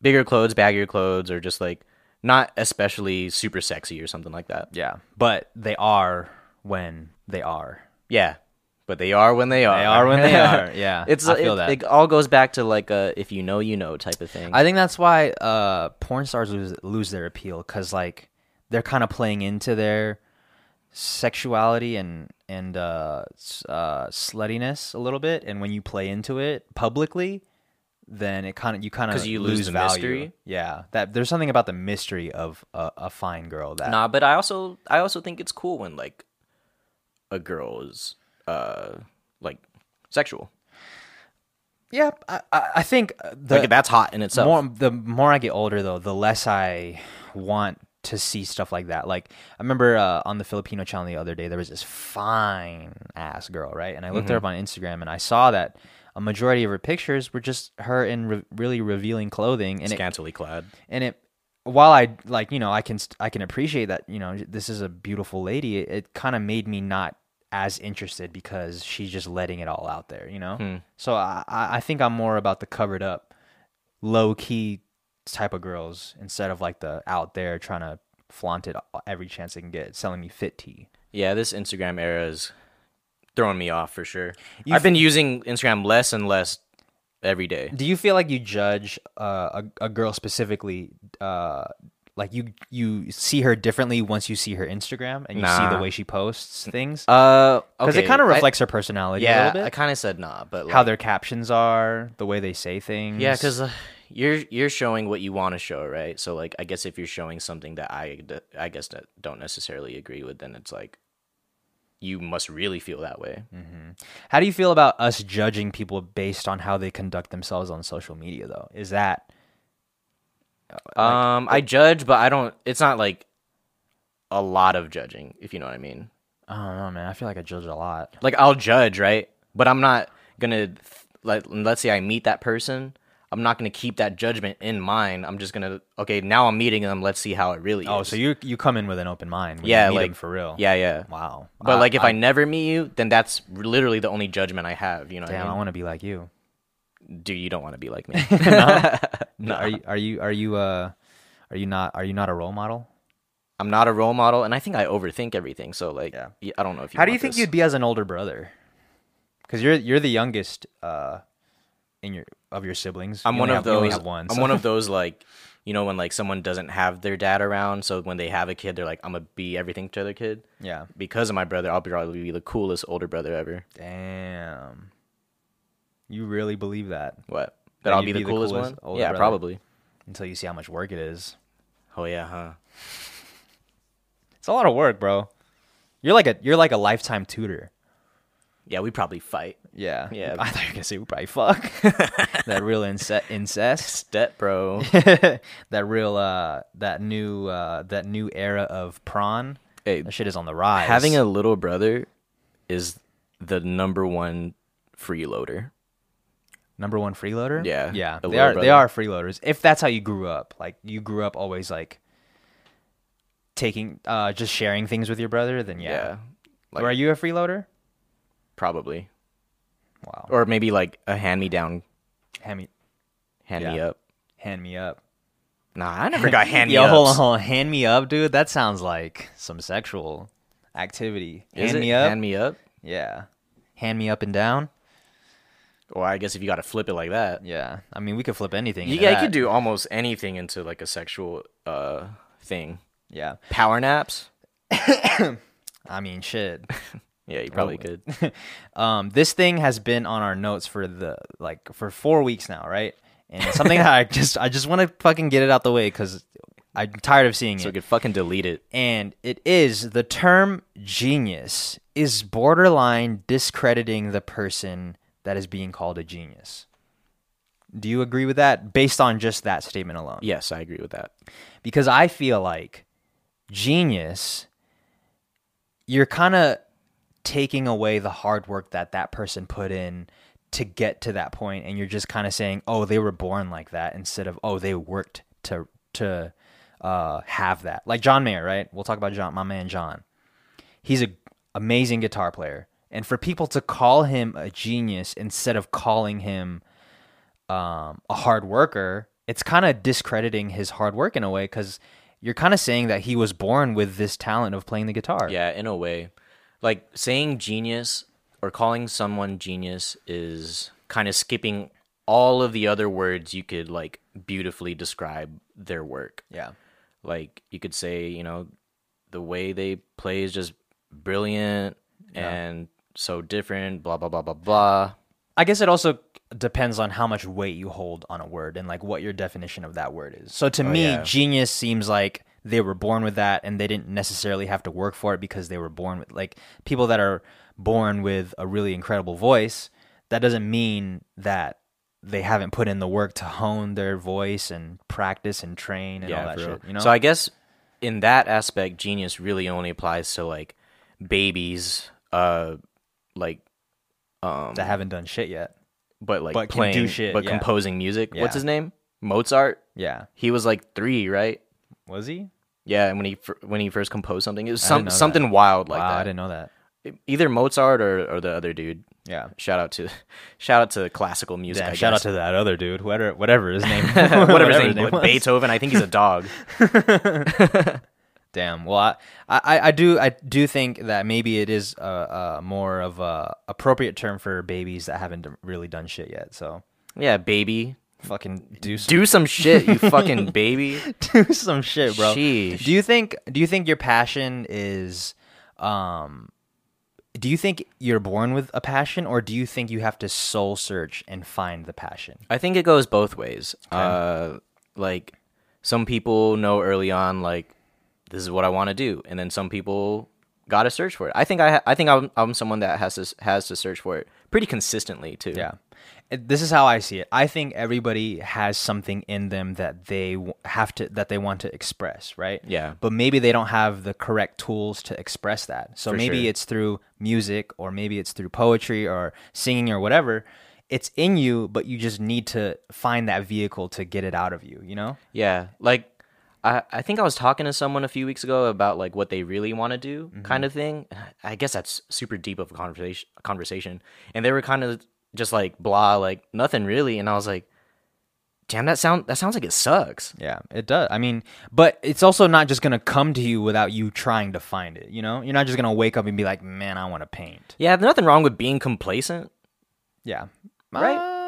Speaker 2: bigger clothes, baggier clothes, or just like not especially super sexy or something like that.
Speaker 1: Yeah, but they are when they are.
Speaker 2: Yeah. But they are when they are.
Speaker 1: They are when they are. Yeah,
Speaker 2: It's
Speaker 1: I feel
Speaker 2: it,
Speaker 1: that.
Speaker 2: it all goes back to like a if you know you know type of thing.
Speaker 1: I think that's why uh, porn stars lose, lose their appeal because like they're kind of playing into their sexuality and and uh, s- uh, sluttiness a little bit, and when you play into it publicly, then it kind of you kind of
Speaker 2: 'Cause you lose
Speaker 1: lose,
Speaker 2: the
Speaker 1: value.
Speaker 2: mystery?
Speaker 1: Yeah, that there's something about the mystery of a, a fine girl that
Speaker 2: Nah, but I also I also think it's cool when like a girl is uh like sexual.
Speaker 1: yeah, I, I I think uh, the
Speaker 2: Like that's hot in itself.
Speaker 1: more the more I get older though, the less I want to see stuff like that. Like I remember uh, on the Filipino channel the other day, there was this fine ass girl, right? And I looked her up on Instagram, and I saw that a majority of her pictures were just her in re- really revealing clothing, and it
Speaker 2: scantily clad.
Speaker 1: and it while i like you know i can st- i can appreciate that you know this is a beautiful lady it, it kind of made me not as interested because she's just letting it all out there you know so I, I I think i'm more about the covered up low key type of girls instead of like the out there trying to flaunt it every chance they can get selling me fit tea
Speaker 2: Yeah, this Instagram era is throwing me off for sure. I've been using Instagram less and less every day.
Speaker 1: do you feel like you judge uh, a, a girl specifically uh, like you you see her differently once you see her instagram and you see
Speaker 2: Nah.
Speaker 1: the way she posts things
Speaker 2: Uh,
Speaker 1: because
Speaker 2: okay.
Speaker 1: it kind of
Speaker 2: I-
Speaker 1: reflects her personality a
Speaker 2: yeah,
Speaker 1: little bit.
Speaker 2: I kind of said nah, but like,
Speaker 1: how their captions are, the way they say things.
Speaker 2: yeah, because uh, you're you're showing what you want to show, right? So like, I guess if you're showing something that I that I guess that don't necessarily agree with, then it's like you must really feel that way.
Speaker 1: Mm, how do you feel about us judging people based on how they conduct themselves on social media? Though, is that
Speaker 2: Um, I judge, but I don't. It's not like a lot of judging, if you know what I mean.
Speaker 1: I don't know, man. I feel like I judge a lot.
Speaker 2: Like I'll judge, right? But I'm not gonna th- like. Let's say I meet that person. I'm not going to keep that judgment in mind. I'm just going to okay, now I'm meeting them. Let's see how it really
Speaker 1: Oh,
Speaker 2: is.
Speaker 1: so you you come in with an open mind. When
Speaker 2: Yeah,
Speaker 1: you meet
Speaker 2: like-
Speaker 1: 'em for real.
Speaker 2: yeah, yeah.
Speaker 1: Wow. Ah,
Speaker 2: But like if I, never meet you, then that's literally the only judgment I have, you know.
Speaker 1: damn,
Speaker 2: what
Speaker 1: I
Speaker 2: I
Speaker 1: want to be like you.
Speaker 2: mean? Dude, you don't want to be like me.
Speaker 1: No. Are you are you are you uh are you not are you not a role model?
Speaker 2: I'm not a role model and I think I overthink everything. So like
Speaker 1: Yeah.
Speaker 2: yeah, I don't know if you
Speaker 1: How do you
Speaker 2: want
Speaker 1: think
Speaker 2: this.
Speaker 1: you'd be as an older brother? Because you're you're the youngest uh in your of your siblings.
Speaker 2: I'm
Speaker 1: You
Speaker 2: one
Speaker 1: only
Speaker 2: of
Speaker 1: have- you only
Speaker 2: those.
Speaker 1: have one,
Speaker 2: I'm
Speaker 1: so-
Speaker 2: one of those like, you know, when like someone doesn't have their dad around, so when they have a kid, they're like, I'm gonna be everything to their kid.
Speaker 1: Yeah.
Speaker 2: Because of my brother, I'll probably be the coolest older brother ever.
Speaker 1: Damn. You really believe that
Speaker 2: What?
Speaker 1: That
Speaker 2: That I'll
Speaker 1: you'd
Speaker 2: be the,
Speaker 1: be the
Speaker 2: coolest,
Speaker 1: coolest
Speaker 2: one.
Speaker 1: older
Speaker 2: Yeah,
Speaker 1: brother.
Speaker 2: probably.
Speaker 1: until you see how much work it is.
Speaker 2: Oh yeah, huh?
Speaker 1: It's a lot of work, bro. You're like a you're like a lifetime tutor.
Speaker 2: Yeah, we probably fight.
Speaker 1: Yeah.
Speaker 2: Yeah.
Speaker 1: I thought you were gonna say we probably fuck. that real ince- incest.
Speaker 2: Step, bro.
Speaker 1: that real uh that new uh that new era of prawn.
Speaker 2: Hey,
Speaker 1: That shit is on the rise.
Speaker 2: Having a little brother is the number one freeloader.
Speaker 1: number one freeloader.
Speaker 2: Yeah,
Speaker 1: Yeah.
Speaker 2: a
Speaker 1: They
Speaker 2: little
Speaker 1: are they
Speaker 2: brother.
Speaker 1: are freeloaders. If that's how you grew up. Like you grew up always like taking uh just sharing things with your brother, then yeah.
Speaker 2: like
Speaker 1: or are you a freeloader?
Speaker 2: probably,
Speaker 1: Wow.
Speaker 2: or maybe like a hand me down,
Speaker 1: hand me
Speaker 2: hand me
Speaker 1: Yeah.
Speaker 2: up.
Speaker 1: hand me up.
Speaker 2: Nah, I never got hand me
Speaker 1: Yo, hold on,
Speaker 2: ups.
Speaker 1: hold on. Hand me up, dude. That sounds like some sexual activity.
Speaker 2: Is
Speaker 1: hand
Speaker 2: it
Speaker 1: me up.
Speaker 2: Hand me up.
Speaker 1: yeah. Hand me up and down.
Speaker 2: Or I guess if you got to flip it like that.
Speaker 1: Yeah. I mean, we could flip anything. into
Speaker 2: Yeah, you
Speaker 1: that.
Speaker 2: could do almost anything into like a sexual uh thing.
Speaker 1: Yeah.
Speaker 2: Power naps.
Speaker 1: I mean, shit.
Speaker 2: Yeah, you probably could.
Speaker 1: um, this thing has been on our notes for the like for four weeks now, right? And it's something that I just I just want to fucking get it out the way because I'm tired of seeing
Speaker 2: So
Speaker 1: it.
Speaker 2: we could fucking delete it.
Speaker 1: and it is the term genius is borderline discrediting the person that is being called a genius. Do you agree with that based on just that statement alone?
Speaker 2: Yes, I agree with that.
Speaker 1: Because I feel like genius, you're kind of taking away the hard work that that person put in to get to that point and you're just kind of saying oh they were born like that instead of oh they worked to to uh, have that like john mayer right we'll talk about john my man john he's a amazing guitar player and for people to call him a genius instead of calling him um, a hard worker it's kind of discrediting his hard work in a way because you're kind of saying that he was born with this talent of playing the guitar
Speaker 2: Yeah, in a way. Like saying genius or calling someone genius is kind of skipping all of the other words you could like beautifully describe their work.
Speaker 1: yeah
Speaker 2: Like you could say, you know, the way they play is just brilliant and so different, blah blah blah blah blah.
Speaker 1: I guess it also depends on how much weight you hold on a word and like what your definition of that word is. So to me,
Speaker 2: Oh, yeah.
Speaker 1: genius seems like they were born with that and they didn't necessarily have to work for it because they were born with like people that are born with a really incredible voice, that doesn't mean that they haven't put in the work to hone their voice and practice and train and all that
Speaker 2: for real.
Speaker 1: shit, you know?
Speaker 2: So I guess in that aspect, genius really only applies to like babies, uh, like
Speaker 1: that haven't done shit yet.
Speaker 2: but like
Speaker 1: But can
Speaker 2: playing,
Speaker 1: do shit,
Speaker 2: but
Speaker 1: yeah.
Speaker 2: composing music.
Speaker 1: Yeah.
Speaker 2: What's his name? Mozart.
Speaker 1: Yeah.
Speaker 2: He was like three, right?
Speaker 1: Was he?
Speaker 2: Yeah, and when he fir- when he first composed something, it was
Speaker 1: know
Speaker 2: some
Speaker 1: that.
Speaker 2: something wild like
Speaker 1: wow, I
Speaker 2: that. E-,
Speaker 1: didn't know that.
Speaker 2: Either Mozart or, or the other dude.
Speaker 1: Yeah.
Speaker 2: Shout out to shout out to classical music.
Speaker 1: Damn,
Speaker 2: I
Speaker 1: shout out
Speaker 2: guess.
Speaker 1: to that other dude, whatever whatever his name
Speaker 2: whatever his name, was.
Speaker 1: was.
Speaker 2: Beethoven. I think he's a dog.
Speaker 1: Damn. Well, I, I, I do I do think that maybe it is a, a more of a appropriate term for babies that haven't d- really done shit yet. So
Speaker 2: yeah, baby.
Speaker 1: fucking do some,
Speaker 2: Do some shit, you fucking baby.
Speaker 1: do, some shit, bro.
Speaker 2: Sheesh.
Speaker 1: Do you think do you think your passion is um do you think you're born with a passion or do you think you have to soul search and find the passion?
Speaker 2: I think it goes both ways. Uh, like some people know early on, like this is what I want to do, and then some people got to search for it. I think I, ha- I think I'm, I'm someone that has to s- has to search for it pretty consistently too.
Speaker 1: Yeah. It- This is how I see it. I think everybody has something in them that they w- have to that they want to express, right?
Speaker 2: Yeah.
Speaker 1: But maybe they don't have the correct tools to express that. So maybe
Speaker 2: sure.
Speaker 1: it's through music or maybe it's through poetry or singing or whatever. it's in you, but you just need to find that vehicle to get it out of you. You know?
Speaker 2: Yeah, like I, I think I was talking to someone a few weeks ago about like what they really want to do, kind of thing. I guess that's super deep of a conversation, conversation, and they were kind of just like blah, like nothing really, and I was like, damn, that sound that sounds like it sucks.
Speaker 1: Yeah, it does. I mean, but it's also not just gonna come to you without you trying to find it. You know, you're not just gonna wake up and be like, "Man, I want to paint."
Speaker 2: Yeah, there's nothing wrong with being complacent.
Speaker 1: Yeah,
Speaker 2: Right.
Speaker 1: Uh,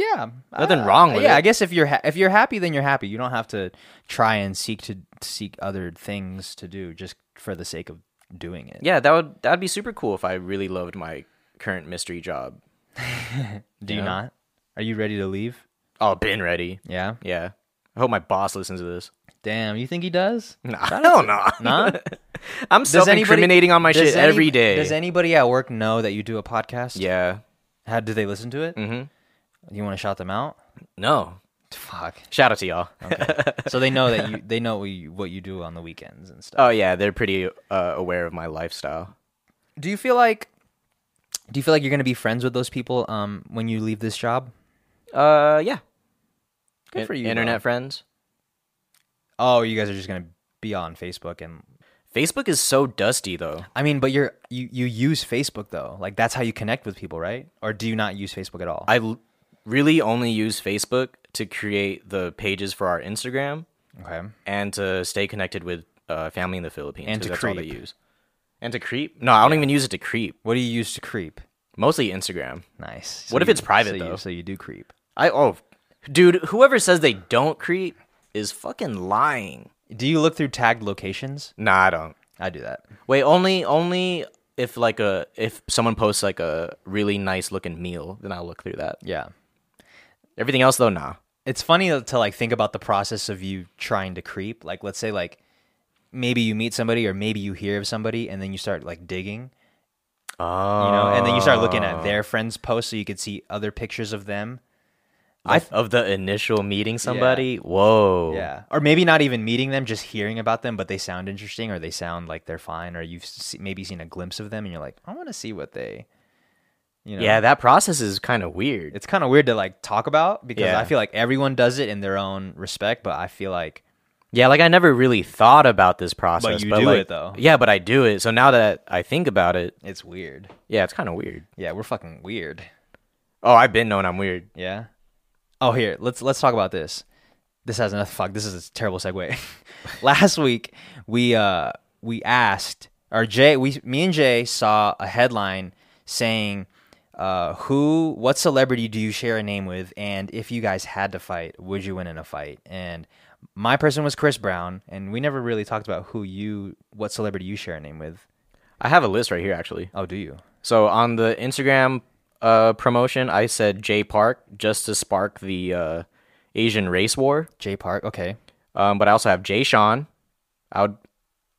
Speaker 1: yeah,
Speaker 2: Nothing
Speaker 1: Uh,
Speaker 2: wrong with
Speaker 1: yeah,
Speaker 2: it.
Speaker 1: I guess if you're ha- if you're happy, then you're happy. You don't have to try and seek to seek other things to do just for the sake of doing it.
Speaker 2: Yeah, that would that'd be super cool if I really loved my current mystery job.
Speaker 1: do you
Speaker 2: Yeah.
Speaker 1: not? Are you ready to leave?
Speaker 2: Oh, been ready.
Speaker 1: Yeah.
Speaker 2: Yeah, I hope my boss listens to this.
Speaker 1: Damn, you think he does?
Speaker 2: Nah, hell no.
Speaker 1: Nah.
Speaker 2: I'm self-incriminating on my
Speaker 1: does
Speaker 2: shit
Speaker 1: any-
Speaker 2: every day.
Speaker 1: Does anybody at work know that you do a podcast?
Speaker 2: yeah.
Speaker 1: How do they listen to it?
Speaker 2: Mm-hmm.
Speaker 1: You want to shout them out?
Speaker 2: No.
Speaker 1: Fuck.
Speaker 2: Shout out to y'all.
Speaker 1: so they know that you they know what you, what you do on the weekends and stuff.
Speaker 2: Oh yeah, they're pretty uh, aware of my lifestyle.
Speaker 1: Do you feel like do you feel like you're gonna be friends with those people um when you leave this job?
Speaker 2: Uh yeah.
Speaker 1: Good
Speaker 2: In-
Speaker 1: for you,
Speaker 2: Internet
Speaker 1: bro.
Speaker 2: friends.
Speaker 1: Oh, you guys are just gonna be on Facebook and
Speaker 2: Facebook is so dusty though.
Speaker 1: I mean, but you're you you use Facebook though, like that's how you connect with people, right? Or do you not use Facebook at all?
Speaker 2: I l- really only use Facebook to create the pages for our Instagram
Speaker 1: okay,
Speaker 2: and to stay connected with uh, family in the Philippines.
Speaker 1: And
Speaker 2: 'cause
Speaker 1: to
Speaker 2: that's all they
Speaker 1: creep.
Speaker 2: use. And to creep? No, I don't even use it to creep.
Speaker 1: what do you use to creep?
Speaker 2: Mostly Instagram.
Speaker 1: Nice.
Speaker 2: What if
Speaker 1: you-
Speaker 2: it's private,
Speaker 1: so you-
Speaker 2: though?
Speaker 1: so you do creep.
Speaker 2: I oh, dude, whoever says they don't creep is fucking lying.
Speaker 1: Do you look through tagged locations?
Speaker 2: Nah, I don't.
Speaker 1: I do that.
Speaker 2: Wait, only only if like a if someone posts like a really nice looking meal, then I'll look through that.
Speaker 1: Yeah.
Speaker 2: Everything else though, nah.
Speaker 1: it's funny to like think about the process of you trying to creep like let's say like maybe you meet somebody or maybe you hear of somebody and then you start like digging
Speaker 2: Oh,
Speaker 1: you know and then you start looking at
Speaker 2: Ah.
Speaker 1: their friends posts so you could see other pictures of them
Speaker 2: of the initial meeting somebody. Whoa.
Speaker 1: yeah or maybe not even meeting them just hearing about them but they sound interesting or they sound like they're fine or you've se- maybe seen a glimpse of them and you're like i want to see what they you know
Speaker 2: Yeah, that process is kind of weird.
Speaker 1: it's kind of weird to like talk about because
Speaker 2: Yeah.
Speaker 1: i feel like everyone does it in their own respect but i feel like
Speaker 2: yeah, like I never really thought about this process.
Speaker 1: you do
Speaker 2: like-
Speaker 1: it, though.
Speaker 2: Yeah, but I do it. So now that I think about it,
Speaker 1: it's weird
Speaker 2: yeah, it's kind of weird.
Speaker 1: yeah we're fucking weird
Speaker 2: Oh, I've been known I'm weird.
Speaker 1: Yeah. Oh, here let's let's talk about this. This has enough. Fuck. This is a terrible segue. Last week we uh we asked or Jay we me and Jay saw a headline saying uh who what celebrity do you share a name with and if you guys had to fight would you win in a fight and my person was Chris Brown and we never really talked about who you what celebrity you share a name with.
Speaker 2: I have a list right here actually.
Speaker 1: Oh, do you?
Speaker 2: So on the Instagram uh, promotion, I said Jay Park just to spark the uh, Asian race war.
Speaker 1: Jay Park. Okay.
Speaker 2: Um, but I also have Jay Sean. I would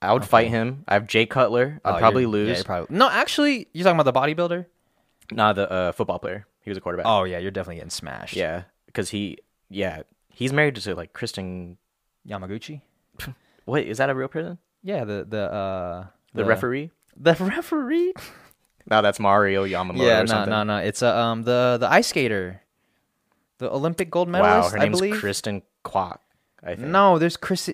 Speaker 2: I would fight him. I have Jay Cutler. I'd
Speaker 1: Oh,
Speaker 2: probably
Speaker 1: you're- yeah,
Speaker 2: lose.
Speaker 1: you're probably. No, actually, you're talking about the bodybuilder?
Speaker 2: Nah, the uh, football player. He was a quarterback.
Speaker 1: Oh, yeah, you're definitely getting smashed.
Speaker 2: Yeah, because he yeah he's married to like Kristen.
Speaker 1: Yamaguchi?
Speaker 2: What is that a real person?
Speaker 1: Yeah, the the uh
Speaker 2: The referee?
Speaker 1: The referee?
Speaker 2: No, Oh, that's Mario Yamamoto
Speaker 1: yeah,
Speaker 2: or
Speaker 1: no,
Speaker 2: something.
Speaker 1: no, no. It's uh, um the the ice skater, the Olympic gold
Speaker 2: wow,
Speaker 1: medalist.
Speaker 2: her
Speaker 1: I
Speaker 2: name's
Speaker 1: believe.
Speaker 2: Kristen Kwok. I think
Speaker 1: No, there's Chris,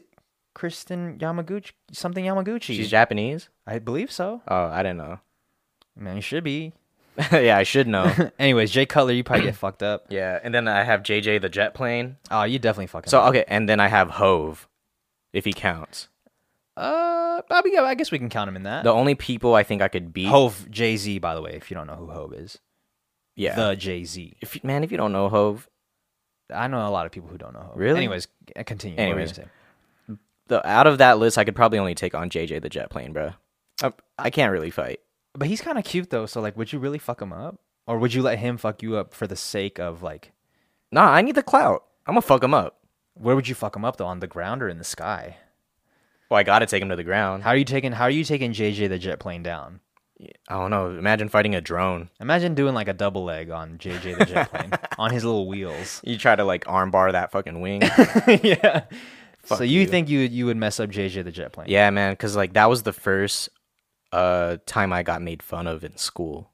Speaker 1: Kristen Yamaguchi, something Yamaguchi.
Speaker 2: she's Japanese.
Speaker 1: I believe so.
Speaker 2: Oh, I didn't know.
Speaker 1: I mean, it should be.
Speaker 2: yeah, I should know.
Speaker 1: Anyways, Jay Cutler, you probably get fucked up.
Speaker 2: yeah, and then I have JJ the jet plane.
Speaker 1: Oh, you definitely fucking.
Speaker 2: So
Speaker 1: up.
Speaker 2: okay, and then I have Hove, if he counts.
Speaker 1: uh, I mean, yeah, I guess we can count him in that.
Speaker 2: The only people I think I could beat.
Speaker 1: Hove Jay Z, by the way, if you don't know who Hove is,
Speaker 2: yeah.
Speaker 1: the Jay Z.
Speaker 2: if, man, if you don't know Hove,
Speaker 1: I know a lot of people who don't know Hove.
Speaker 2: Really?
Speaker 1: Anyways, c- continue. What were you
Speaker 2: Anyways.
Speaker 1: gonna say?
Speaker 2: the out of that list, I could probably only take on JJ the jet plane, bro. I, I can't really fight.
Speaker 1: But he's kind of cute though. So like, would you really fuck him up, or would you let him fuck you up for the sake of like,
Speaker 2: Nah, I need the clout. I'm gonna fuck him up.
Speaker 1: where would you fuck him up though, on the ground or in the sky?
Speaker 2: Well, I gotta take him to the ground.
Speaker 1: How are you taking? How are you taking JJ the jet plane down?
Speaker 2: I don't know. Imagine fighting a drone.
Speaker 1: Imagine doing like a double leg on JJ the jet plane on his little wheels.
Speaker 2: You try to like armbar that fucking wing.
Speaker 1: yeah. so you,
Speaker 2: you.
Speaker 1: think you would- you would mess up JJ the jet plane?
Speaker 2: yeah, man. Cause like that was the first uh time I got made fun of in school.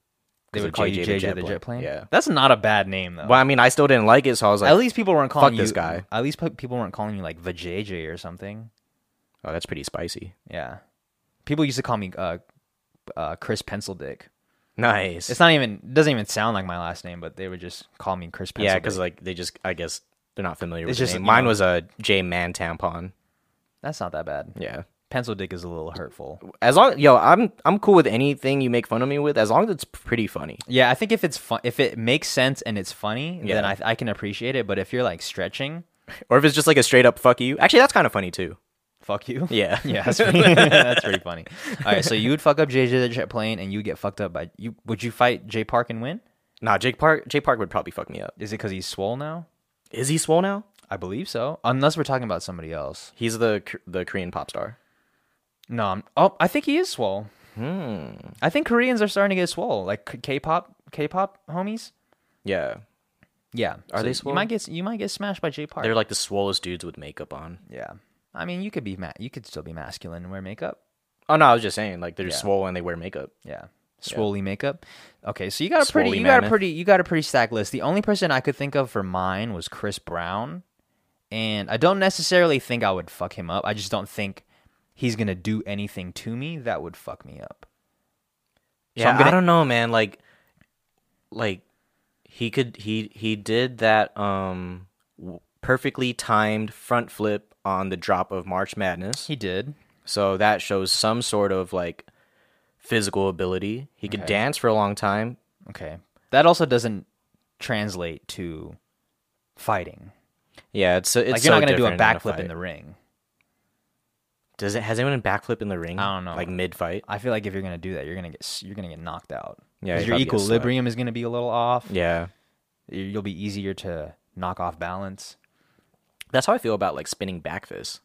Speaker 1: They
Speaker 2: of
Speaker 1: would call you
Speaker 2: JJ the
Speaker 1: JJ
Speaker 2: Jet
Speaker 1: the
Speaker 2: Plane.
Speaker 1: Jet Plane. Oh.
Speaker 2: Yeah.
Speaker 1: that's not a bad name though.
Speaker 2: Well, I mean, I still didn't like it, so I was like,
Speaker 1: at least people weren't calling
Speaker 2: this
Speaker 1: you-
Speaker 2: guy.
Speaker 1: At least pe- people weren't calling you like the JJ or something.
Speaker 2: oh, that's pretty spicy.
Speaker 1: Yeah, people used to call me uh, uh, Chris Pencil Dick.
Speaker 2: Nice.
Speaker 1: It's not even it doesn't even sound like my last name, but they would just call me Chris Pencil.
Speaker 2: yeah, because
Speaker 1: Dick.
Speaker 2: like they just, I guess they're not familiar
Speaker 1: It's
Speaker 2: with
Speaker 1: just,
Speaker 2: the name.
Speaker 1: you
Speaker 2: Mine
Speaker 1: know-
Speaker 2: was a J Man tampon.
Speaker 1: that's not that bad.
Speaker 2: Yeah.
Speaker 1: Pencil Dick is a little hurtful.
Speaker 2: As long, yo, I'm I'm cool with anything you make fun of me with, as long as it's pretty funny.
Speaker 1: Yeah, I think if it's fun, if it makes sense and it's funny, then
Speaker 2: Yeah.
Speaker 1: I, I can appreciate it. But if you're like stretching,
Speaker 2: Or if it's just like a straight up fuck you. Actually, that's kind of funny too.
Speaker 1: fuck you.
Speaker 2: Yeah.
Speaker 1: yeah, that's pretty, that's pretty funny. All right, so you would fuck up JJ the Jet Plane, and you get fucked up by you. Would you fight Jay Park and win?
Speaker 2: Nah, Jake Park. Jake Park would probably fuck me up.
Speaker 1: Is it because he's swole now?
Speaker 2: Is he swole now?
Speaker 1: I believe so, unless we're talking about somebody else.
Speaker 2: He's the K- the Korean pop star.
Speaker 1: No, I'm, oh, I think he is swole. Hmm. I think Koreans are starting to get swole, like K- K-pop, K-pop homies.
Speaker 2: Yeah,
Speaker 1: Yeah,
Speaker 2: Are they swole?
Speaker 1: You might get you might get smashed by Jay Park.
Speaker 2: they're like the swollest dudes with makeup on.
Speaker 1: yeah, I mean you could be ma- you could still be masculine and wear makeup.
Speaker 2: Oh no, I was just saying like they're
Speaker 1: Yeah.
Speaker 2: swole and they wear makeup.
Speaker 1: Yeah. Swoley makeup. Okay, so you got a pretty
Speaker 2: Swole-y
Speaker 1: you got a
Speaker 2: mammoth.
Speaker 1: pretty you got a pretty stacked list. The only person I could think of for mine was Chris Brown. And I don't necessarily think I would fuck him up. I just don't think he's gonna do anything to me that would fuck me up. So
Speaker 2: Yeah,
Speaker 1: I'm gonna-
Speaker 2: I don't know, man. Like, like he could he he did that um w- perfectly timed front flip on the drop of March Madness.
Speaker 1: He did.
Speaker 2: So that shows some sort of like physical ability. He could dance for a long time.
Speaker 1: Okay. That also doesn't translate to fighting.
Speaker 2: Yeah, it's so- it's
Speaker 1: Like you're
Speaker 2: so
Speaker 1: not gonna do a
Speaker 2: different in
Speaker 1: backflip in
Speaker 2: fight.
Speaker 1: the ring.
Speaker 2: Does it has anyone backflip in the ring?
Speaker 1: I don't know.
Speaker 2: Like mid fight.
Speaker 1: I feel like if you're gonna do that, you're gonna get s- you're gonna get knocked out.
Speaker 2: Yeah,
Speaker 1: 'Cause
Speaker 2: you'd
Speaker 1: your
Speaker 2: probably get slept.
Speaker 1: equilibrium is gonna be a little off.
Speaker 2: Yeah,
Speaker 1: You- You'll be easier to knock off balance.
Speaker 2: that's how I feel about like spinning back fists.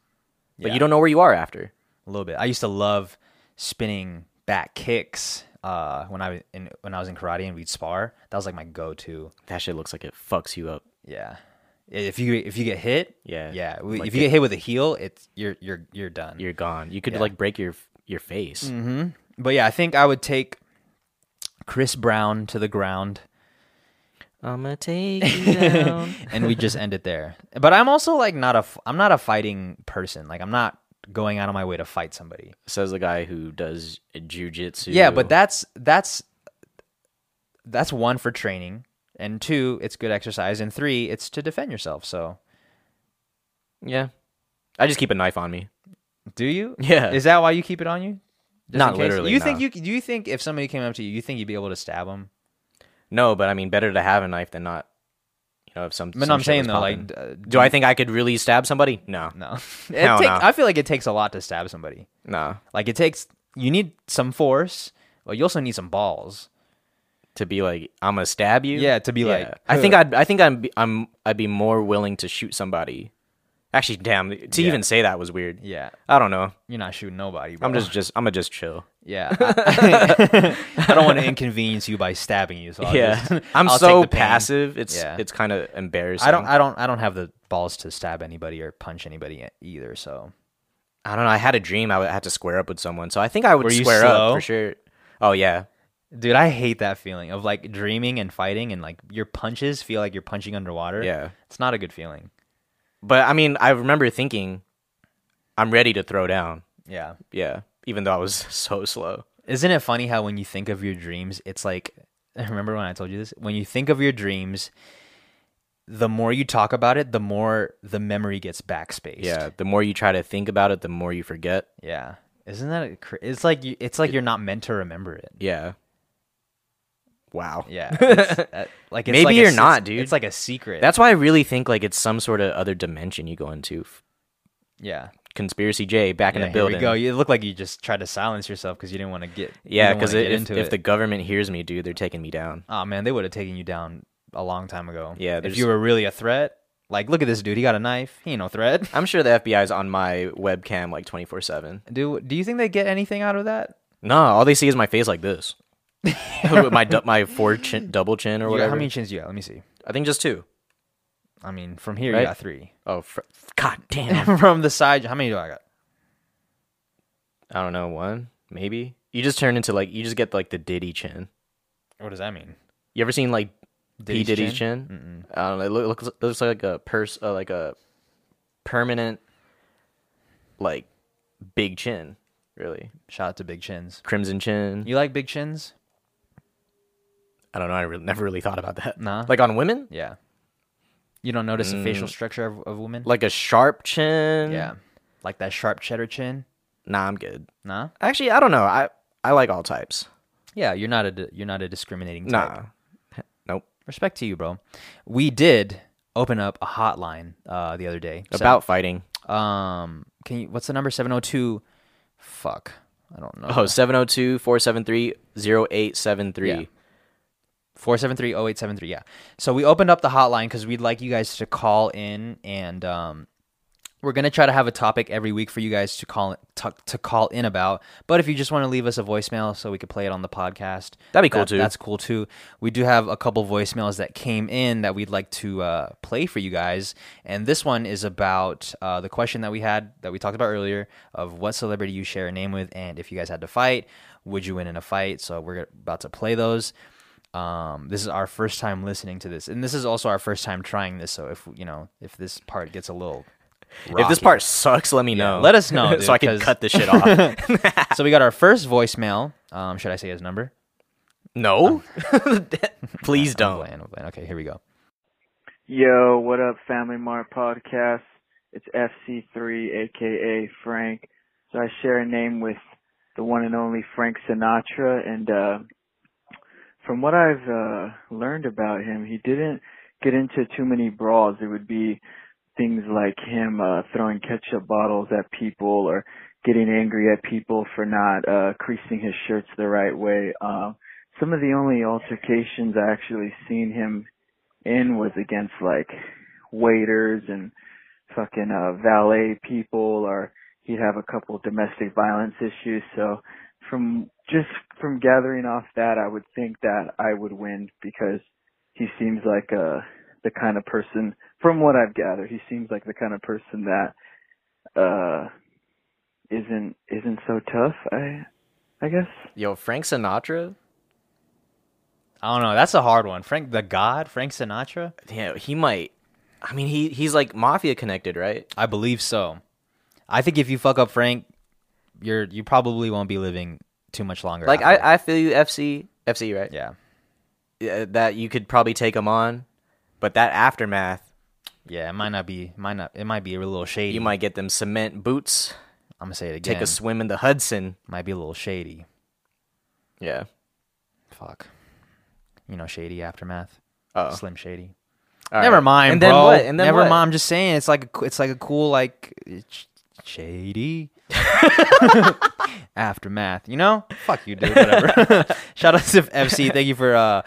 Speaker 2: But
Speaker 1: Yeah.
Speaker 2: you don't know where you are after.
Speaker 1: a little bit. I used to love spinning back kicks uh, when I was in when I was in karate and we'd spar. That was like my go-to.
Speaker 2: That shit looks like it fucks you up.
Speaker 1: Yeah. If you if you get hit,
Speaker 2: Yeah.
Speaker 1: yeah. w-
Speaker 2: Like
Speaker 1: if you get hit with a heel, it's you're you're you're done.
Speaker 2: You're gone. You could like break your your face.
Speaker 1: Mm-hmm. but yeah, I think I would take Chris Brown to the ground,
Speaker 2: I'm gonna take you down.
Speaker 1: and we just end it there. But I'm also like not a f- I'm not a fighting person. Like I'm not going out of my way to fight somebody.
Speaker 2: Says the guy who does jujitsu.
Speaker 1: Yeah, but that's that's that's one for training, and two, it's good exercise, and three, it's to defend yourself. So,
Speaker 2: yeah, I just keep a knife on me.
Speaker 1: do you?
Speaker 2: Yeah.
Speaker 1: Is that why you keep it on you? in
Speaker 2: Not
Speaker 1: case?
Speaker 2: literally,
Speaker 1: You
Speaker 2: no.
Speaker 1: think you do you think if somebody came up to you, you think you'd be able to stab them?
Speaker 2: No, but I mean, better to have a knife than not. You know, if some.
Speaker 1: But
Speaker 2: some
Speaker 1: no, I'm
Speaker 2: shit
Speaker 1: saying
Speaker 2: was
Speaker 1: though, like,
Speaker 2: popping.
Speaker 1: d- uh,
Speaker 2: do I think I could really stab somebody? No,
Speaker 1: no? It
Speaker 2: Hell
Speaker 1: takes,
Speaker 2: no.
Speaker 1: I feel like it takes a lot to stab somebody.
Speaker 2: no.
Speaker 1: Like it takes you need some force, but you also need some balls.
Speaker 2: To be like, I'm gonna stab you.
Speaker 1: Yeah, to be like,
Speaker 2: I think I'd, I think I'm, be- I'm, I'd be more willing to shoot somebody. Actually, damn, to even say that was weird.
Speaker 1: Yeah,
Speaker 2: I don't know.
Speaker 1: you're not shooting nobody. Bro.
Speaker 2: I'm just, just, I'm gonna just chill.
Speaker 1: Yeah, I, I don't want to inconvenience you by stabbing you. So I'll
Speaker 2: Yeah,
Speaker 1: just,
Speaker 2: I'm
Speaker 1: I'll
Speaker 2: so
Speaker 1: take the pain.
Speaker 2: passive. It's,
Speaker 1: Yeah.
Speaker 2: it's kind of embarrassing.
Speaker 1: I don't, I don't, I don't have the balls to stab anybody or punch anybody e- either. So
Speaker 2: I don't know. I had a dream I would have to square up with someone, so I think I would
Speaker 1: Were you
Speaker 2: square
Speaker 1: slow?
Speaker 2: up for sure. Oh yeah,
Speaker 1: dude, I hate that feeling of like dreaming and fighting, and like your punches feel like you're punching underwater.
Speaker 2: Yeah.
Speaker 1: it's not a good feeling.
Speaker 2: but I mean, I remember thinking, I'm ready to throw down.
Speaker 1: Yeah,
Speaker 2: Yeah, even though I was so slow.
Speaker 1: isn't it funny how when you think of your dreams, it's like remember when I told you this? When you think of your dreams, the more you talk about it, the more the memory gets backspaced.
Speaker 2: Yeah, the more you try to think about it, the more you forget.
Speaker 1: yeah. Isn't that a cra- it's like you, it's like you're not meant to remember it.
Speaker 2: Yeah. Wow.
Speaker 1: Yeah, it's, uh, like it's
Speaker 2: Maybe
Speaker 1: like a
Speaker 2: you're
Speaker 1: se-
Speaker 2: not, dude.
Speaker 1: It's like a secret.
Speaker 2: That's why I really think like it's some sort of other dimension you go into. F-
Speaker 1: yeah.
Speaker 2: Conspiracy J back in
Speaker 1: yeah
Speaker 2: the
Speaker 1: here
Speaker 2: building.
Speaker 1: we go. You look like you just tried to silence yourself because you didn't want to get. you didn't
Speaker 2: Yeah,
Speaker 1: wanna
Speaker 2: because
Speaker 1: get
Speaker 2: if,
Speaker 1: into
Speaker 2: if
Speaker 1: it.
Speaker 2: the government hears me, dude, they're taking me down.
Speaker 1: oh man, they would have taken you down a long time ago.
Speaker 2: Yeah,
Speaker 1: if
Speaker 2: there's-
Speaker 1: you were really a threat, like look at this dude. He got a knife. He ain't no threat.
Speaker 2: I'm sure the FBI's on my webcam like 24 seven.
Speaker 1: Do Do you think they get anything out of that?
Speaker 2: No, all they see is my face like this. With my du- my four chin, double chin or
Speaker 1: You got-
Speaker 2: whatever.
Speaker 1: how many chins you got? Let me see.
Speaker 2: I think just two.
Speaker 1: I mean, from here
Speaker 2: Right?
Speaker 1: you got three.
Speaker 2: Oh, fr- god damn!
Speaker 1: from the side, how many do I got?
Speaker 2: I don't know, one maybe. You just turn into like you just get like the Diddy chin.
Speaker 1: What does that mean?
Speaker 2: You ever seen like P
Speaker 1: Diddy's
Speaker 2: Diddy's
Speaker 1: chin?
Speaker 2: chin? I don't know. It loo- looks looks like a purse, uh, like a permanent, like big chin. Really,
Speaker 1: Shout out to Big Chins.
Speaker 2: crimson chin.
Speaker 1: You like Big Chins?
Speaker 2: I don't know. I re- never really thought about that.
Speaker 1: Nah.
Speaker 2: Like on women,
Speaker 1: Yeah. You don't notice the
Speaker 2: Mm.
Speaker 1: facial structure of, of women?
Speaker 2: like a sharp chin.
Speaker 1: yeah. Like that sharp cheddar chin?
Speaker 2: Nah, I'm good.
Speaker 1: Nah.
Speaker 2: Actually, I don't know. I I like all types.
Speaker 1: Yeah, you're not a di- you're not a discriminating type.
Speaker 2: Nah. Nope.
Speaker 1: Respect to you, bro. We did open up a hotline uh, the other day. So,
Speaker 2: About fighting.
Speaker 1: um can you what's the number 702 fuck. I don't know.
Speaker 2: Oh, 702-473-0873.
Speaker 1: Yeah. 473-0873 yeah so we opened up the hotline because we'd like you guys to call in and um, we're gonna try to have a topic every week for you guys to call to, to call in about but if you just want to leave us a voicemail so we could play it on the podcast
Speaker 2: That'd be cool, too.
Speaker 1: that's cool too we do have a couple voicemails that came in that we'd like to uh, play for you guys and this one is about uh, the question that we had that we talked about earlier of what celebrity you share a name with and if you guys had to fight would you win in a fight so we're about to play those um, this is our first time listening to this, and this is also our first time trying this. So if you know if this part gets a little,
Speaker 2: If this
Speaker 1: rocky-
Speaker 2: part sucks, let me know.
Speaker 1: let us know, dude,
Speaker 2: so I can
Speaker 1: 'cause-
Speaker 2: cut this shit off.
Speaker 1: so we got our first voicemail. Um, should I say his number?
Speaker 2: no. Please
Speaker 1: I'm
Speaker 2: don't.
Speaker 1: playing, I'm playing. Okay, here we go.
Speaker 3: Yo, what up, Family Mart Podcast? It's FC3, aka Frank. So I share a name with the one and only Frank Sinatra, and uh, from what I've uh, learned about him, he didn't get into too many brawls. It would be things like him uh, throwing ketchup bottles at people or getting angry at people for not uh, creasing his shirts the right way. Um, some of the only altercations I actually seen him in was against like waiters and fucking uh valet people or he'd have a couple domestic violence issues so from just from gathering off that I would think that I would win because he seems like uh the kind of person from what I've gathered he seems like the kind of person that uh isn't isn't so tough I I guess
Speaker 2: Yo, Frank Sinatra?
Speaker 1: I don't know. That's a hard one. Frank the God, Frank Sinatra.
Speaker 2: Yeah, he might. I mean, he he's like mafia connected, right?
Speaker 1: I believe so. I think if you fuck up Frank, you're you probably won't be living too much longer.
Speaker 2: Like
Speaker 1: after.
Speaker 2: I, I feel you FC FC, right?
Speaker 1: yeah,
Speaker 2: Yeah, that you could probably take him on, but that aftermath,
Speaker 1: yeah. It might not be, might not. It might be a little shady.
Speaker 2: you might get them cement boots,
Speaker 1: I'm gonna say it again.
Speaker 2: take a swim in the Hudson.
Speaker 1: might be a little shady.
Speaker 2: Yeah.
Speaker 1: Fuck. You know, shady aftermath.
Speaker 2: Oh.
Speaker 1: Slim Shady.
Speaker 2: All
Speaker 1: Never
Speaker 2: right.
Speaker 1: mind,
Speaker 2: And then
Speaker 1: bro.
Speaker 2: what? And then
Speaker 1: Never
Speaker 2: what?
Speaker 1: mind. I'm just saying, it's like a, co- it's like a cool like it's shady aftermath. You know, fuck you, dude. Whatever. Shout out to FC. Thank you for uh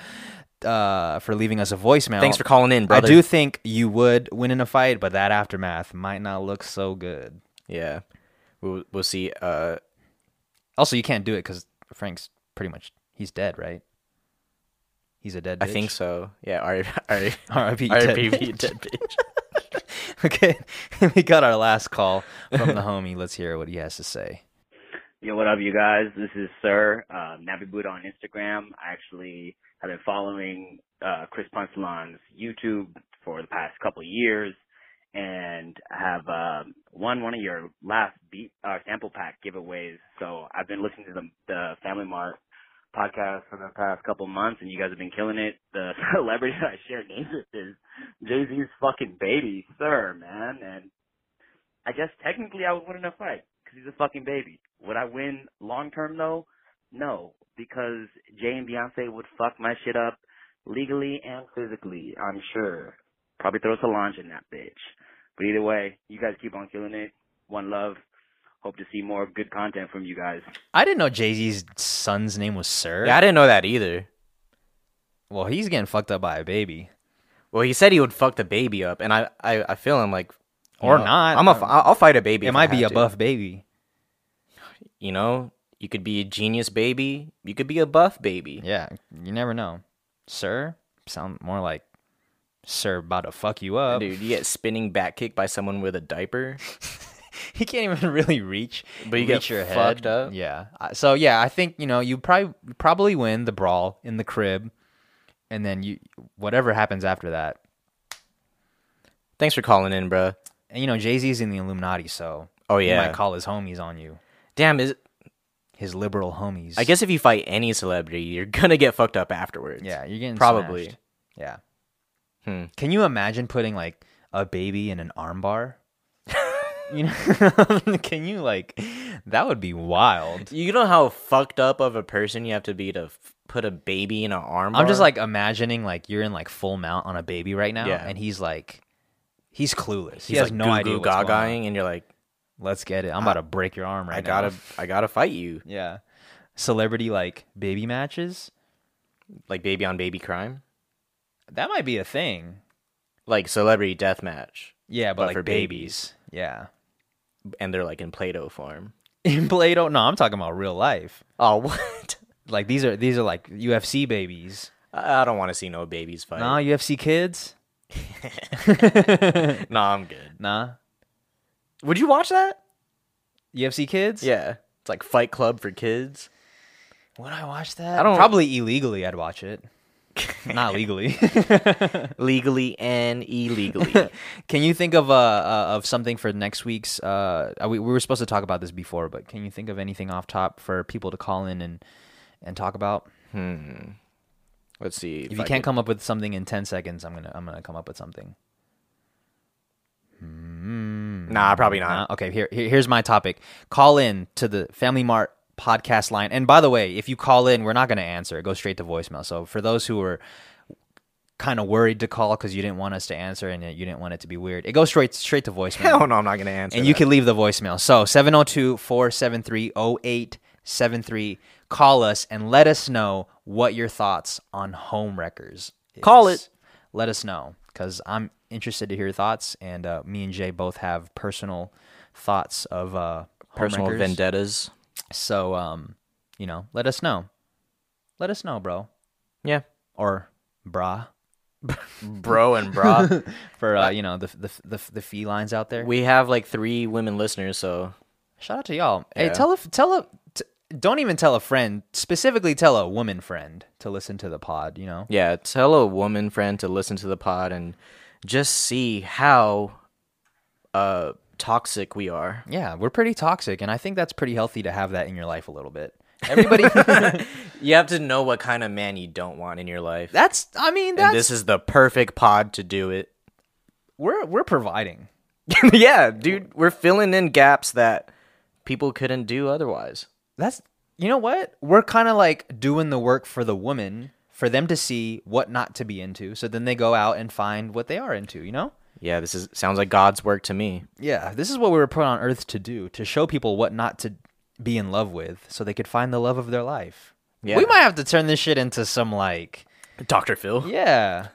Speaker 1: uh for leaving us a voicemail.
Speaker 2: Thanks for calling in, brother.
Speaker 1: I do think you would win in a fight, but that aftermath might not look so good.
Speaker 2: Yeah. We'll we'll see. Uh,
Speaker 1: Also, you can't do it because Frank's pretty much he's dead, right? He's a dead.
Speaker 2: I
Speaker 1: bitch.
Speaker 2: think so. Yeah. R R
Speaker 1: R.I.P.
Speaker 2: R
Speaker 1: dead
Speaker 2: P
Speaker 1: bitch.
Speaker 2: V dead bitch.
Speaker 1: Okay, we got our last call from the homie. Let's hear what he has to say.
Speaker 4: Yo, what up, you guys? This is Sir um, Nappy Buddha on Instagram. I actually have been following uh, Chris Ponsalon's YouTube for the past couple of years, and I have um won one of your last beat uh, sample pack giveaways. So I've been listening to the, the Family Mart podcast for the past couple of months, and you guys have been killing it. The celebrity that I share names with is Jay Z's fucking baby, Sir, man, and I guess technically I would win in a fight because he's a fucking baby. Would I win long term though? No, because Jay and Beyonce would fuck my shit up legally and physically. I'm sure. Probably throw Solange in that bitch. But either way, you guys keep on killing it. One love. Hope to see more good content from you guys.
Speaker 1: I didn't know Jay Z's son's name was Sir.
Speaker 2: Yeah, I didn't know that either.
Speaker 1: well, he's getting fucked up by a baby.
Speaker 2: Well, he said he would fuck the baby up, and I, I, I feel him like, you
Speaker 1: Or
Speaker 2: know,
Speaker 1: not.
Speaker 2: I'm a, f- I'll I'll fight a baby.
Speaker 1: it
Speaker 2: if
Speaker 1: might
Speaker 2: I
Speaker 1: be a
Speaker 2: have to.
Speaker 1: buff baby.
Speaker 2: You know, you could be a genius baby. You could be a buff baby.
Speaker 1: Yeah, you never know. Sir sound more like Sir about to fuck you up.
Speaker 2: Dude, you get spinning back kick by someone with a diaper.
Speaker 1: he can't even really reach.
Speaker 2: But you get
Speaker 1: reach your head.
Speaker 2: fucked up.
Speaker 1: Yeah. I- So yeah, I think you know you probably probably win the brawl in the crib, and then you whatever happens after that.
Speaker 2: Thanks for calling in, bro.
Speaker 1: And you know Jay Z's in the Illuminati, so
Speaker 2: Oh
Speaker 1: he
Speaker 2: yeah.
Speaker 1: might call his homies on you,
Speaker 2: Damn, is
Speaker 1: his liberal homies.
Speaker 2: I guess if you fight any celebrity, you're gonna get fucked up afterwards.
Speaker 1: Yeah, you're getting
Speaker 2: Probably.
Speaker 1: smashed. Yeah.
Speaker 2: Hmm.
Speaker 1: Can you imagine putting like a baby in an armbar? you know, can you like that would be wild.
Speaker 2: You know how fucked up of a person you have to be to f- put a baby in an arm.
Speaker 1: I'm just like imagining like you're in like full mount on a baby right now,
Speaker 2: Yeah.
Speaker 1: and he's like, he's clueless. He
Speaker 2: he's
Speaker 1: has
Speaker 2: like
Speaker 1: no
Speaker 2: goo
Speaker 1: idea.
Speaker 2: goo
Speaker 1: What's going on.
Speaker 2: gagaing, and you're like,
Speaker 1: Let's get it. I'm about to break your arm right
Speaker 2: I
Speaker 1: now.
Speaker 2: gotta, I gotta fight you,
Speaker 1: Yeah. Celebrity like baby matches.
Speaker 2: like baby on baby crime,
Speaker 1: That might be a thing.
Speaker 2: like celebrity death match,
Speaker 1: Yeah, but,
Speaker 2: But
Speaker 1: like
Speaker 2: for
Speaker 1: babies. Yeah.
Speaker 2: and they're like in Play-Doh form.
Speaker 1: In Play-Doh. No, I'm talking about real life.
Speaker 2: Oh what?
Speaker 1: Like these are these are like UFC babies.
Speaker 2: I I don't want to see no babies fight.
Speaker 1: Nah, UFC kids.
Speaker 2: Nah, I'm good.
Speaker 1: nah,
Speaker 2: Would you watch that?
Speaker 1: UFC kids.
Speaker 2: Yeah, it's like Fight Club for kids.
Speaker 1: Would I watch that?
Speaker 2: I don't-
Speaker 1: Probably illegally. I'd watch it. Not legally.
Speaker 2: legally and illegally.
Speaker 1: can you think of uh, uh of something for next week's? Uh, uh, we we were supposed to talk about this before, but can you think of anything off top for people to call in and and talk about?
Speaker 2: Let's see.
Speaker 1: If you can't come up with something in ten seconds, I'm gonna I'm gonna come up with something.
Speaker 2: nah, probably
Speaker 1: Uh,
Speaker 2: not.
Speaker 1: okay, here, here- here's my topic. Call in to the Family Mart podcast line. And by the way, if you call in, we're not going to answer. It goes straight to voicemail. So for those who are kind of worried to call because you didn't want us to answer and you didn't want it to be weird, it goes straight straight to voicemail.
Speaker 2: Hell no, I'm not gonna answer.
Speaker 1: and you
Speaker 2: that.
Speaker 1: can leave the voicemail. So 702-473-0873. Call us and let us know what your thoughts on home wreckers. is.
Speaker 2: Call it.
Speaker 1: Let us know because I'm interested to hear your thoughts. And uh, me and Jay both have personal thoughts of uh,
Speaker 2: personal
Speaker 1: home wreckers.
Speaker 2: vendettas.
Speaker 1: So um, you know, let us know. Let us know, bro,
Speaker 2: Yeah,
Speaker 1: or brah,
Speaker 2: bro and bra.
Speaker 1: for uh, you know the the the, the felines out there.
Speaker 2: we have like three women listeners, so
Speaker 1: Shout out to y'all. Hey,
Speaker 2: Yeah.
Speaker 1: tell a tell a t- don't even tell a friend. Specifically, tell a woman friend to listen to the pod. You know,
Speaker 2: yeah. Tell a woman friend to listen to the pod and just see how uh toxic we are.
Speaker 1: yeah, we're pretty toxic, and I think that's pretty healthy to have that in your life a little bit. Everybody,
Speaker 2: You have to know what kind of man you don't want in your life.
Speaker 1: that's I mean that's
Speaker 2: and this is the perfect pod to do it.
Speaker 1: we're we're providing.
Speaker 2: yeah, dude, we're filling in gaps that people couldn't do otherwise.
Speaker 1: That's you know what we're kind of like doing the work for the woman for them to see what not to be into, so then they go out and find what they are into. You know.
Speaker 2: Yeah, this is sounds like God's work to me.
Speaker 1: Yeah, this is what we were put on earth to do to show people what not to be in love with so they could find the love of their life.
Speaker 2: Yeah.
Speaker 1: We might have to turn this shit into some like,
Speaker 2: Dr. Phil.
Speaker 1: yeah,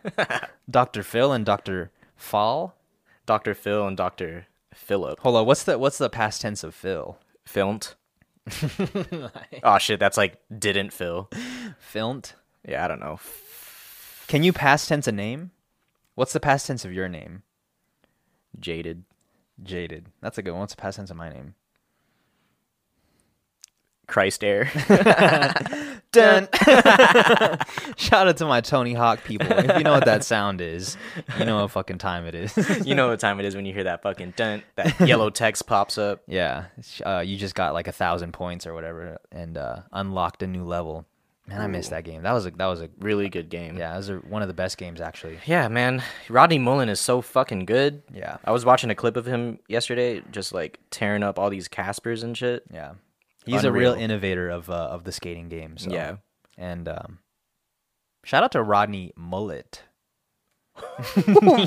Speaker 1: Dr. Phil and Dr. Fall.
Speaker 2: Dr. Phil and Dr. Philip.
Speaker 1: Hold on, what's the what's the past tense of Phil?
Speaker 2: Filmed. oh shit, that's like didn't fill.
Speaker 1: Filmed?
Speaker 2: Yeah, I don't know.
Speaker 1: Can you past tense a name? What's the past tense of your name?
Speaker 2: Jaded.
Speaker 1: Jaded. That's a good one. What's the past tense of my name?
Speaker 2: Christ air.
Speaker 1: Dun. Shout out to my Tony Hawk people. If you know what that sound is, you know what fucking time it is.
Speaker 2: you know what time it is when you hear that fucking dun that yellow text pops up.
Speaker 1: Yeah, sh- uh, you just got like a thousand points or whatever, and uh, unlocked a new level. Man, I missed that game. That was a that was a
Speaker 2: Really good game.
Speaker 1: yeah, that was a, one of the best games actually.
Speaker 2: Yeah, man. Rodney Mullen is so fucking good.
Speaker 1: Yeah.
Speaker 2: I was watching a clip of him yesterday, just like tearing up all these Caspers and shit.
Speaker 1: Yeah, he's a real
Speaker 2: Unreal.
Speaker 1: innovator of uh, of the skating game. So.
Speaker 2: Yeah.
Speaker 1: and um, shout out to Rodney Mullet.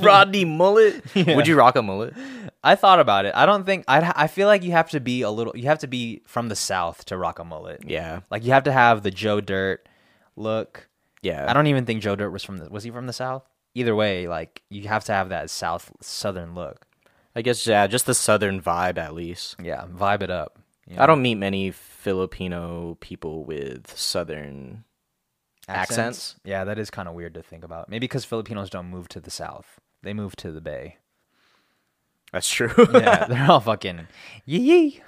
Speaker 2: Rodney Mullet. Would you rock a mullet?
Speaker 1: I thought about it. I don't think I I feel like you have to be a little. You have to be from the south to rock a mullet.
Speaker 2: Yeah.
Speaker 1: Like you have to have the Joe Dirt look.
Speaker 2: Yeah.
Speaker 1: I don't even think Joe Dirt was from the was he from the South? Either way, like you have to have that South Southern look.
Speaker 2: I guess yeah, just the southern vibe at least.
Speaker 1: Yeah, vibe it up. you know?
Speaker 2: I don't meet many Filipino people with southern accents.
Speaker 1: Yeah, that is kind of weird to think about. Maybe because Filipinos don't move to the South; they move to the Bay.
Speaker 2: That's true.
Speaker 1: yeah, they're all fucking yee yee.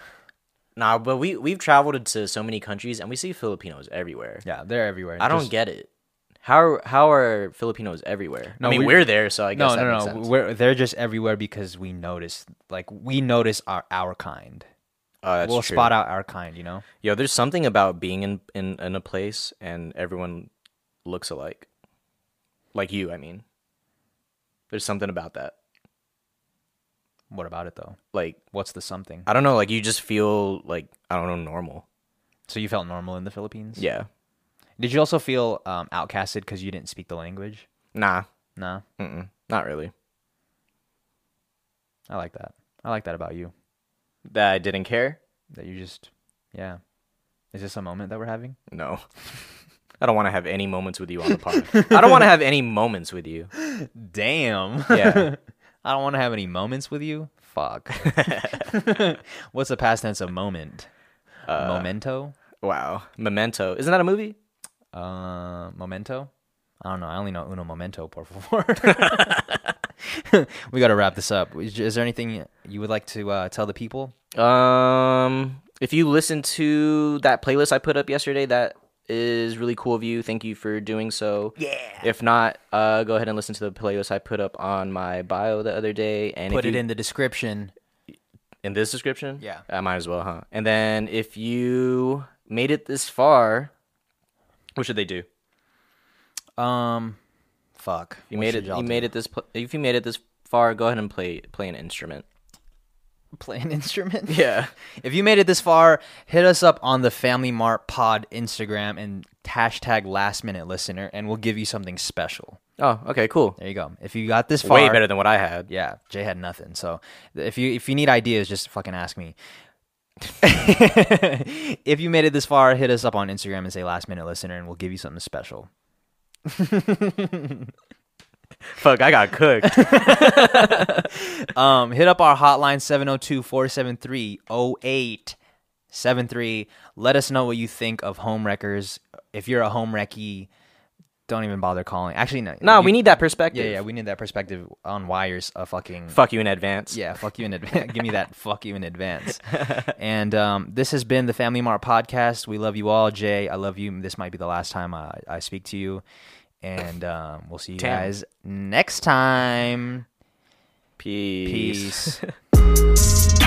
Speaker 2: Nah, but we we've traveled to so many countries and we see Filipinos everywhere.
Speaker 1: Yeah, they're everywhere.
Speaker 2: I don't
Speaker 1: Just-
Speaker 2: get it. How are, how are Filipinos everywhere?
Speaker 1: No,
Speaker 2: I mean,
Speaker 1: we-
Speaker 2: we, are there, so I
Speaker 1: no,
Speaker 2: guess that
Speaker 1: no,
Speaker 2: makes
Speaker 1: no.
Speaker 2: sense.
Speaker 1: We're, they're just everywhere because we notice, like, we notice our our kind.
Speaker 2: Oh, that's
Speaker 1: we'll
Speaker 2: true.
Speaker 1: spot out our kind, you know.
Speaker 2: Yo, there's something about being in, in in a place and everyone looks alike. Like you, I mean. There's something about that.
Speaker 1: What about it though?
Speaker 2: Like
Speaker 1: What's the something?
Speaker 2: I don't know, like you just feel like I don't know, normal.
Speaker 1: So you felt normal in the Philippines?
Speaker 2: Yeah.
Speaker 1: Did you also feel um, outcasted because you didn't speak the language?
Speaker 2: Nah.
Speaker 1: No,
Speaker 2: Mm-mm, not really.
Speaker 1: I like that. I like that about you.
Speaker 2: That I didn't care.
Speaker 1: That you just, yeah. Is this a moment that we're having?
Speaker 2: No. I don't want to have any moments with you on the pod. I don't want to have any moments with you.
Speaker 1: Damn.
Speaker 2: Yeah.
Speaker 1: I don't want to have any moments with you. Fuck. What's the past tense of moment? Uh, Momento.
Speaker 2: Wow. Memento. Isn't that a movie?
Speaker 1: Uh, momento. I don't know. I only know uno momento, por favor. we got to wrap this up. Is is there anything you would like to uh, tell the people?
Speaker 2: Um, if you listen to that playlist I put up yesterday, that is really cool of you. Thank you for doing so. Yeah. If not, uh, go ahead and listen to the playlist I put up on my bio the other day. And
Speaker 1: Put
Speaker 2: if
Speaker 1: it
Speaker 2: you,
Speaker 1: in the description.
Speaker 2: in this description.
Speaker 1: Yeah.
Speaker 2: I might as well, huh? And then if you made it this far, what should they do?
Speaker 1: Um, fuck.
Speaker 2: You
Speaker 1: What
Speaker 2: made
Speaker 1: should
Speaker 2: it.
Speaker 1: y'all
Speaker 2: You
Speaker 1: do?
Speaker 2: made it this. Pl- if you made it this far, go ahead and play play an instrument.
Speaker 1: Play an instrument.
Speaker 2: Yeah.
Speaker 1: If you made it this far, hit us up on the Family Mart Pod Instagram and hashtag Last Minute Listener, and we'll give you something special.
Speaker 2: Oh, okay, cool.
Speaker 1: There you go. If you got this far,
Speaker 2: Way better than what I had.
Speaker 1: Yeah, Jay had nothing. So th- if you if you need ideas, just fucking ask me. if you made it this far, hit us up on Instagram and say last minute listener and we'll give you something special.
Speaker 2: Fuck, I got cooked.
Speaker 1: Um hit up our hotline 702-473-0873. Let us know what you think of home wreckers. If you're a home wrecky, don't even bother calling. Actually no.
Speaker 2: no,
Speaker 1: you-
Speaker 2: we need that perspective.
Speaker 1: Yeah, yeah, we need that perspective on why you're s- a fucking
Speaker 2: Fuck you in advance.
Speaker 1: Yeah, fuck you in advance. Give me that fuck you in advance. and um, this has been the Family Mart podcast. We love you all, Jay. I love you. This might be the last time I, I speak to you. And um, we'll see you
Speaker 2: Damn.
Speaker 1: guys next time.
Speaker 2: Peace.
Speaker 1: Peace.